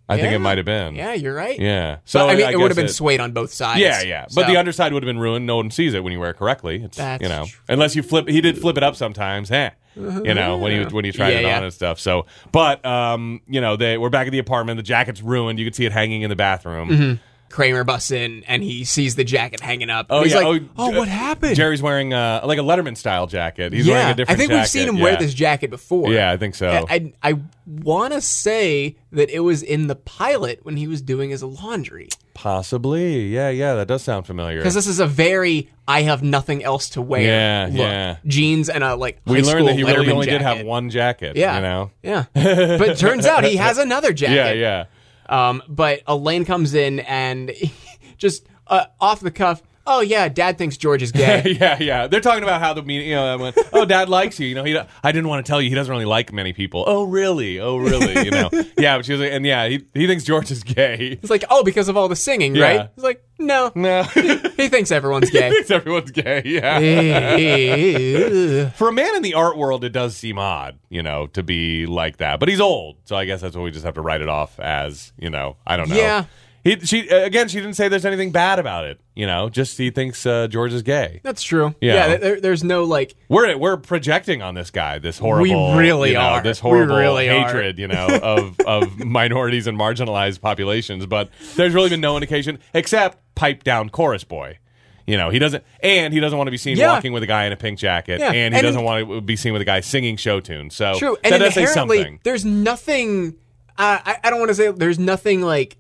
S2: I think
S1: Yeah.
S2: it might have been.
S1: yeah, you're right.
S2: yeah. So
S1: So I mean, it would
S2: guess
S1: have been suede on both sides.
S2: Yeah, yeah, but
S1: So-
S2: the underside would have been ruined. No one sees it when you wear it correctly. It's
S1: That's
S2: you know,
S1: true.
S2: unless you flip. He did flip it up sometimes. Eh. you know, when you when you tried
S1: Yeah,
S2: it
S1: yeah.
S2: on and stuff. So, but um, you know, they we're back at the apartment. The jacket's ruined. You can see it hanging in the bathroom.
S1: Mm-hmm. Kramer busts in and he sees the jacket hanging up. Oh, he's
S2: yeah.
S1: like,
S2: Oh,
S1: oh,
S2: J-
S1: what happened?
S2: Jerry's wearing uh, like a Letterman style jacket. He's wearing a different.
S1: I think we've seen
S2: jacket.
S1: him wear
S2: Yeah.
S1: this jacket before.
S2: Yeah, I think so.
S1: I I, want to say that it was in the pilot when he was doing his laundry
S2: Possibly. Yeah, yeah. That does sound familiar.
S1: because this is a very I have nothing else to wear.
S2: Yeah,
S1: look.
S2: yeah.
S1: Jeans and a like.
S2: We
S1: high
S2: learned that
S1: school
S2: he really
S1: Letterman
S2: only did have
S1: jacket.
S2: one jacket.
S1: Yeah,
S2: You know.
S1: yeah. But it turns out he has another jacket.
S2: Yeah, yeah.
S1: Um, but Elaine comes in and just uh, off the cuff. Oh yeah, Dad thinks George is gay.
S2: yeah, yeah. They're talking about how the media, you know, I went, oh, dad likes you. You know, he, I didn't want to tell you he doesn't really like many people. Oh, really? Oh, really? You know, yeah. But she was like, and yeah, he, he thinks George is gay.
S1: It's like, oh, because of all the singing,
S2: Yeah.
S1: right? It's like, no,
S2: No, he
S1: he thinks everyone's gay.
S2: thinks everyone's gay. Yeah.
S1: Ew.
S2: For a man in the art world, it does seem odd, you know, to be like that. But he's old, so I guess that's what we just have to write it off as. You know, I don't know.
S1: Yeah.
S2: He, she again. She didn't say there's anything bad about it. You know, just he thinks uh, George is gay.
S1: That's true.
S2: Yeah.
S1: Yeah. there, there's no like.
S2: We're we're projecting on this guy this horrible
S1: We really
S2: you know,
S1: are.
S2: this
S1: We
S2: horrible
S1: really are.
S2: hatred you know of of minorities and marginalized populations but there's really been no indication except pipe down chorus boy you know he doesn't and he doesn't want to be seen
S1: Yeah.
S2: walking with a guy in a pink jacket
S1: Yeah,
S2: and he
S1: and-
S2: doesn't want to be seen with a guy singing show tunes so
S1: True. And
S2: Oh, that does say
S1: inherently,
S2: something
S1: there's nothing. Uh, I I don't want to say there's nothing like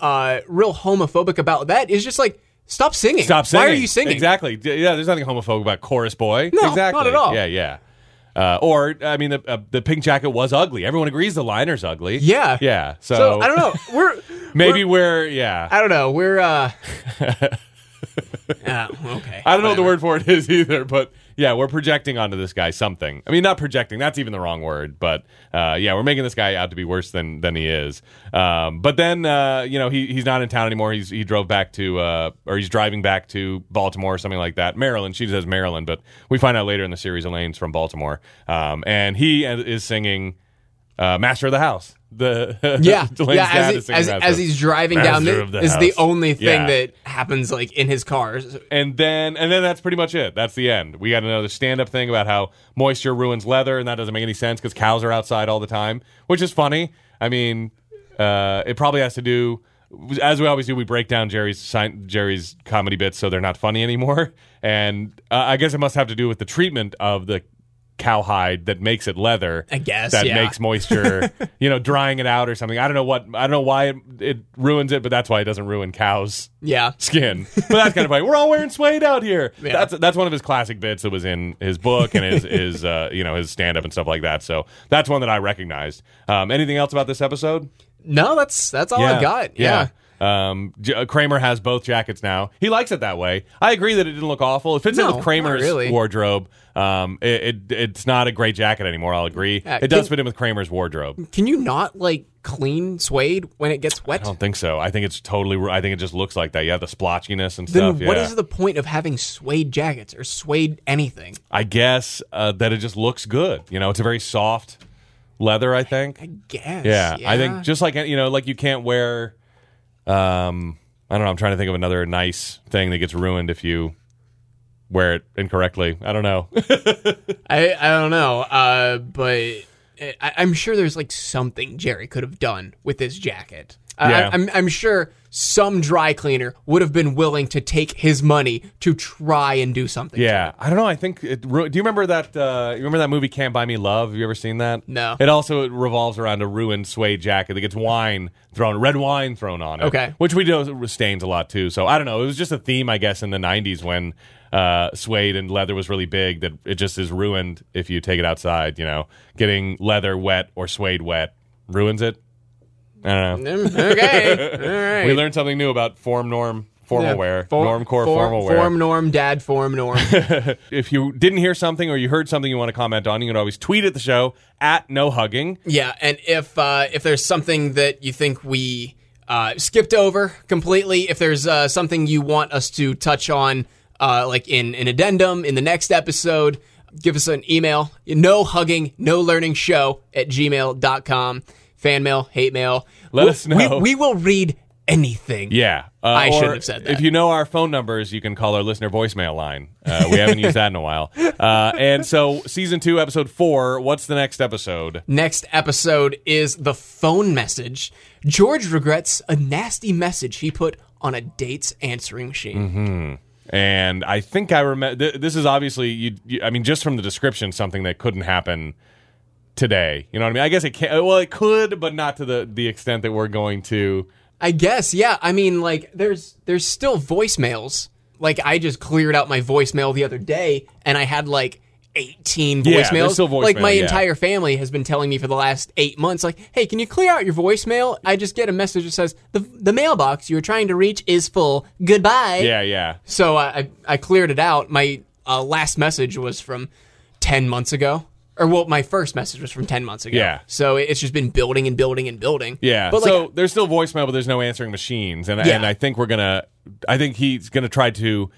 S1: uh real homophobic about that. It's just like stop singing.
S2: stop singing
S1: Why are you singing?
S2: exactly D- yeah there's nothing homophobic about chorus boy
S1: No,
S2: exactly
S1: not at all.
S2: yeah yeah uh, or I mean the uh, the pink jacket was ugly everyone agrees the liner's ugly
S1: Yeah.
S2: yeah so,
S1: So I don't know. We're
S2: Maybe we're, yeah.
S1: I don't know. We're uh. uh, okay.
S2: I don't know what the word for it is either, but yeah, we're projecting onto this guy something. I mean, not projecting, that's even the wrong word, but uh, yeah, we're making this guy out to be worse than than he is. Um, but then, uh, you know, he, he's not in town anymore. He's he drove back to, uh, or he's driving back to Baltimore or something like that. Maryland, she says Maryland, but we find out later in the series Elaine's from Baltimore. Um, and he is singing uh, Master of the House. The
S1: Yeah,
S2: Elaine's
S1: yeah.
S2: dad
S1: As,
S2: is
S1: he,
S2: singing
S1: as,
S2: that
S1: as
S2: song.
S1: he's driving down,
S2: Master
S1: the,
S2: of the
S1: is the
S2: house.
S1: only thing
S2: Yeah.
S1: that happens like in his car.
S2: and then and then that's pretty much it. That's the end. We got another stand-up thing about how moisture ruins leather, and that doesn't make any sense because cows are outside all the time, which is funny. I mean, uh, it probably has to do as we always do. We break down Jerry's sci- Jerry's comedy bits so they're not funny anymore, and uh, I guess it must have to do with the treatment of the cowhide that makes it leather.
S1: I guess,
S2: that
S1: yeah.
S2: makes moisture, you know, drying it out or something. I don't know what I don't know why it, it ruins it, but that's why it doesn't ruin cows
S1: Yeah.
S2: skin. But that's kind of funny. We're all wearing suede out here. That's that's one of his classic bits that was in his book and his his uh, you know his stand up and stuff like that. So that's one that I recognized. Um, anything else about this episode?
S1: No, that's that's all Oh, I got. yeah.
S2: Um, J- uh, Kramer has both jackets now. He likes it that way. I agree that it didn't look awful. It fits
S1: No,
S2: in with Kramer's
S1: not really.
S2: wardrobe. Um, it, it it's not a great jacket anymore. I'll agree.
S1: Uh,
S2: it does
S1: can-
S2: fit in with Kramer's wardrobe.
S1: Can you not like clean suede when it gets wet?
S2: I don't think so. I think it's totally. I think it just looks like that. You have the splotchiness and
S1: Then
S2: stuff.
S1: what
S2: yeah.
S1: is the point of having suede jackets or suede anything?
S2: I guess uh, that it just looks good. You know, it's a very soft leather. I think.
S1: I guess.
S2: yeah, I think just like you know, like you can't wear. Um, I don't know. I'm trying to think of another nice thing that gets ruined if you wear it incorrectly. I don't know.
S1: I, I don't know, uh, but I, I'm sure there's like something Jerry could have done with this jacket. Uh, I-
S2: Yeah.
S1: I, I'm, I'm sure some dry cleaner would have been willing to take his money to try and do something.
S2: yeah, I don't know. I think. It, ru- do you remember that? Uh, you remember that movie Can't Buy Me Love? Have you ever seen that?
S1: No.
S2: It also revolves around a ruined suede jacket that gets wine thrown, red wine thrown on it.
S1: Okay.
S2: which we do stains a lot too. So I don't know. It was just a theme, I guess, in the '90s when uh, suede and leather was really big. That it just is ruined if you take it outside. You know, getting leather wet or suede wet ruins it. I don't know.
S1: Mm, okay. All right.
S2: We learned something new about form norm formal
S1: Yeah.
S2: wear,
S1: For-
S2: norm core
S1: for-
S2: formal wear.
S1: Form norm, dad form norm.
S2: If you didn't hear something or you heard something you want to comment on, you can always tweet at the show at No Hugging.
S1: Yeah, and if uh, if there's something that you think we uh, skipped over completely, if there's uh, something you want us to touch on, uh, like in an addendum in the next episode, give us an email. No hugging, no learning show at gmail.com. Fan mail, hate mail.
S2: Let us know.
S1: We, we will read anything.
S2: Yeah. Uh,
S1: I
S2: or
S1: shouldn't have said that.
S2: If you know our phone numbers, you can call our listener voicemail line. Uh, we haven't used that in a while. Uh, and so, season two, episode four, what's the next episode?
S1: Next episode is the phone message. George regrets a nasty message he put on a date's answering machine.
S2: And I think I remember. Th- this is obviously, you, you, I mean, just from the description, something that couldn't happen today. You know what I mean? I guess it can. Well, it could, but not to the, the extent that we're going to.
S1: I guess, yeah. I mean, like, there's there's still voicemails. Like, I just cleared out my voicemail the other day, and I had like 18
S2: Yeah,
S1: voicemails.
S2: there's still
S1: like, my
S2: voicemail, yeah.
S1: entire family has been telling me for the last eight months, like, "Hey, can you clear out your voicemail?" I just get a message that says, "the the mailbox you were trying to reach is full. Goodbye."
S2: Yeah, yeah.
S1: So I I, I cleared it out. My uh, last message was from 10 months ago. Or well, my first message was from ten months ago.
S2: Yeah.
S1: So it's just been building and building and building.
S2: Yeah.
S1: But like,
S2: so there's still voicemail, but there's no answering machines, and
S1: Yeah.
S2: and I think we're gonna, I think he's gonna try to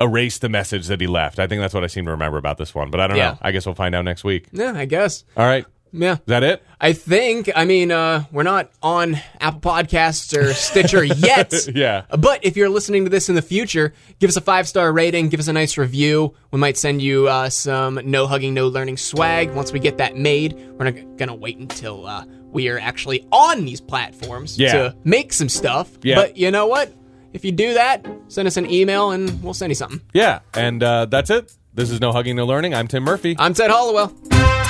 S2: erase the message that he left. I think that's what I seem to remember about this one, but I don't
S1: Yeah.
S2: know. I guess we'll find out next week.
S1: yeah, I guess.
S2: All right, is
S1: Yeah.
S2: that it?
S1: I think. I mean, uh, we're not on Apple Podcasts or Stitcher yet.
S2: Yeah.
S1: But if you're listening to this in the future, give us a five star rating, give us a nice review. We might send you uh, some no hugging, no learning swag once we get that made. We're not gonna wait until uh, we are actually on these platforms
S2: Yeah.
S1: to make some stuff.
S2: Yeah.
S1: But you know what? If you do that, send us an email and we'll send you something.
S2: Yeah, and uh, that's it. This is no hugging, no learning. I'm Tim Murphy.
S1: I'm Ted Hollowell.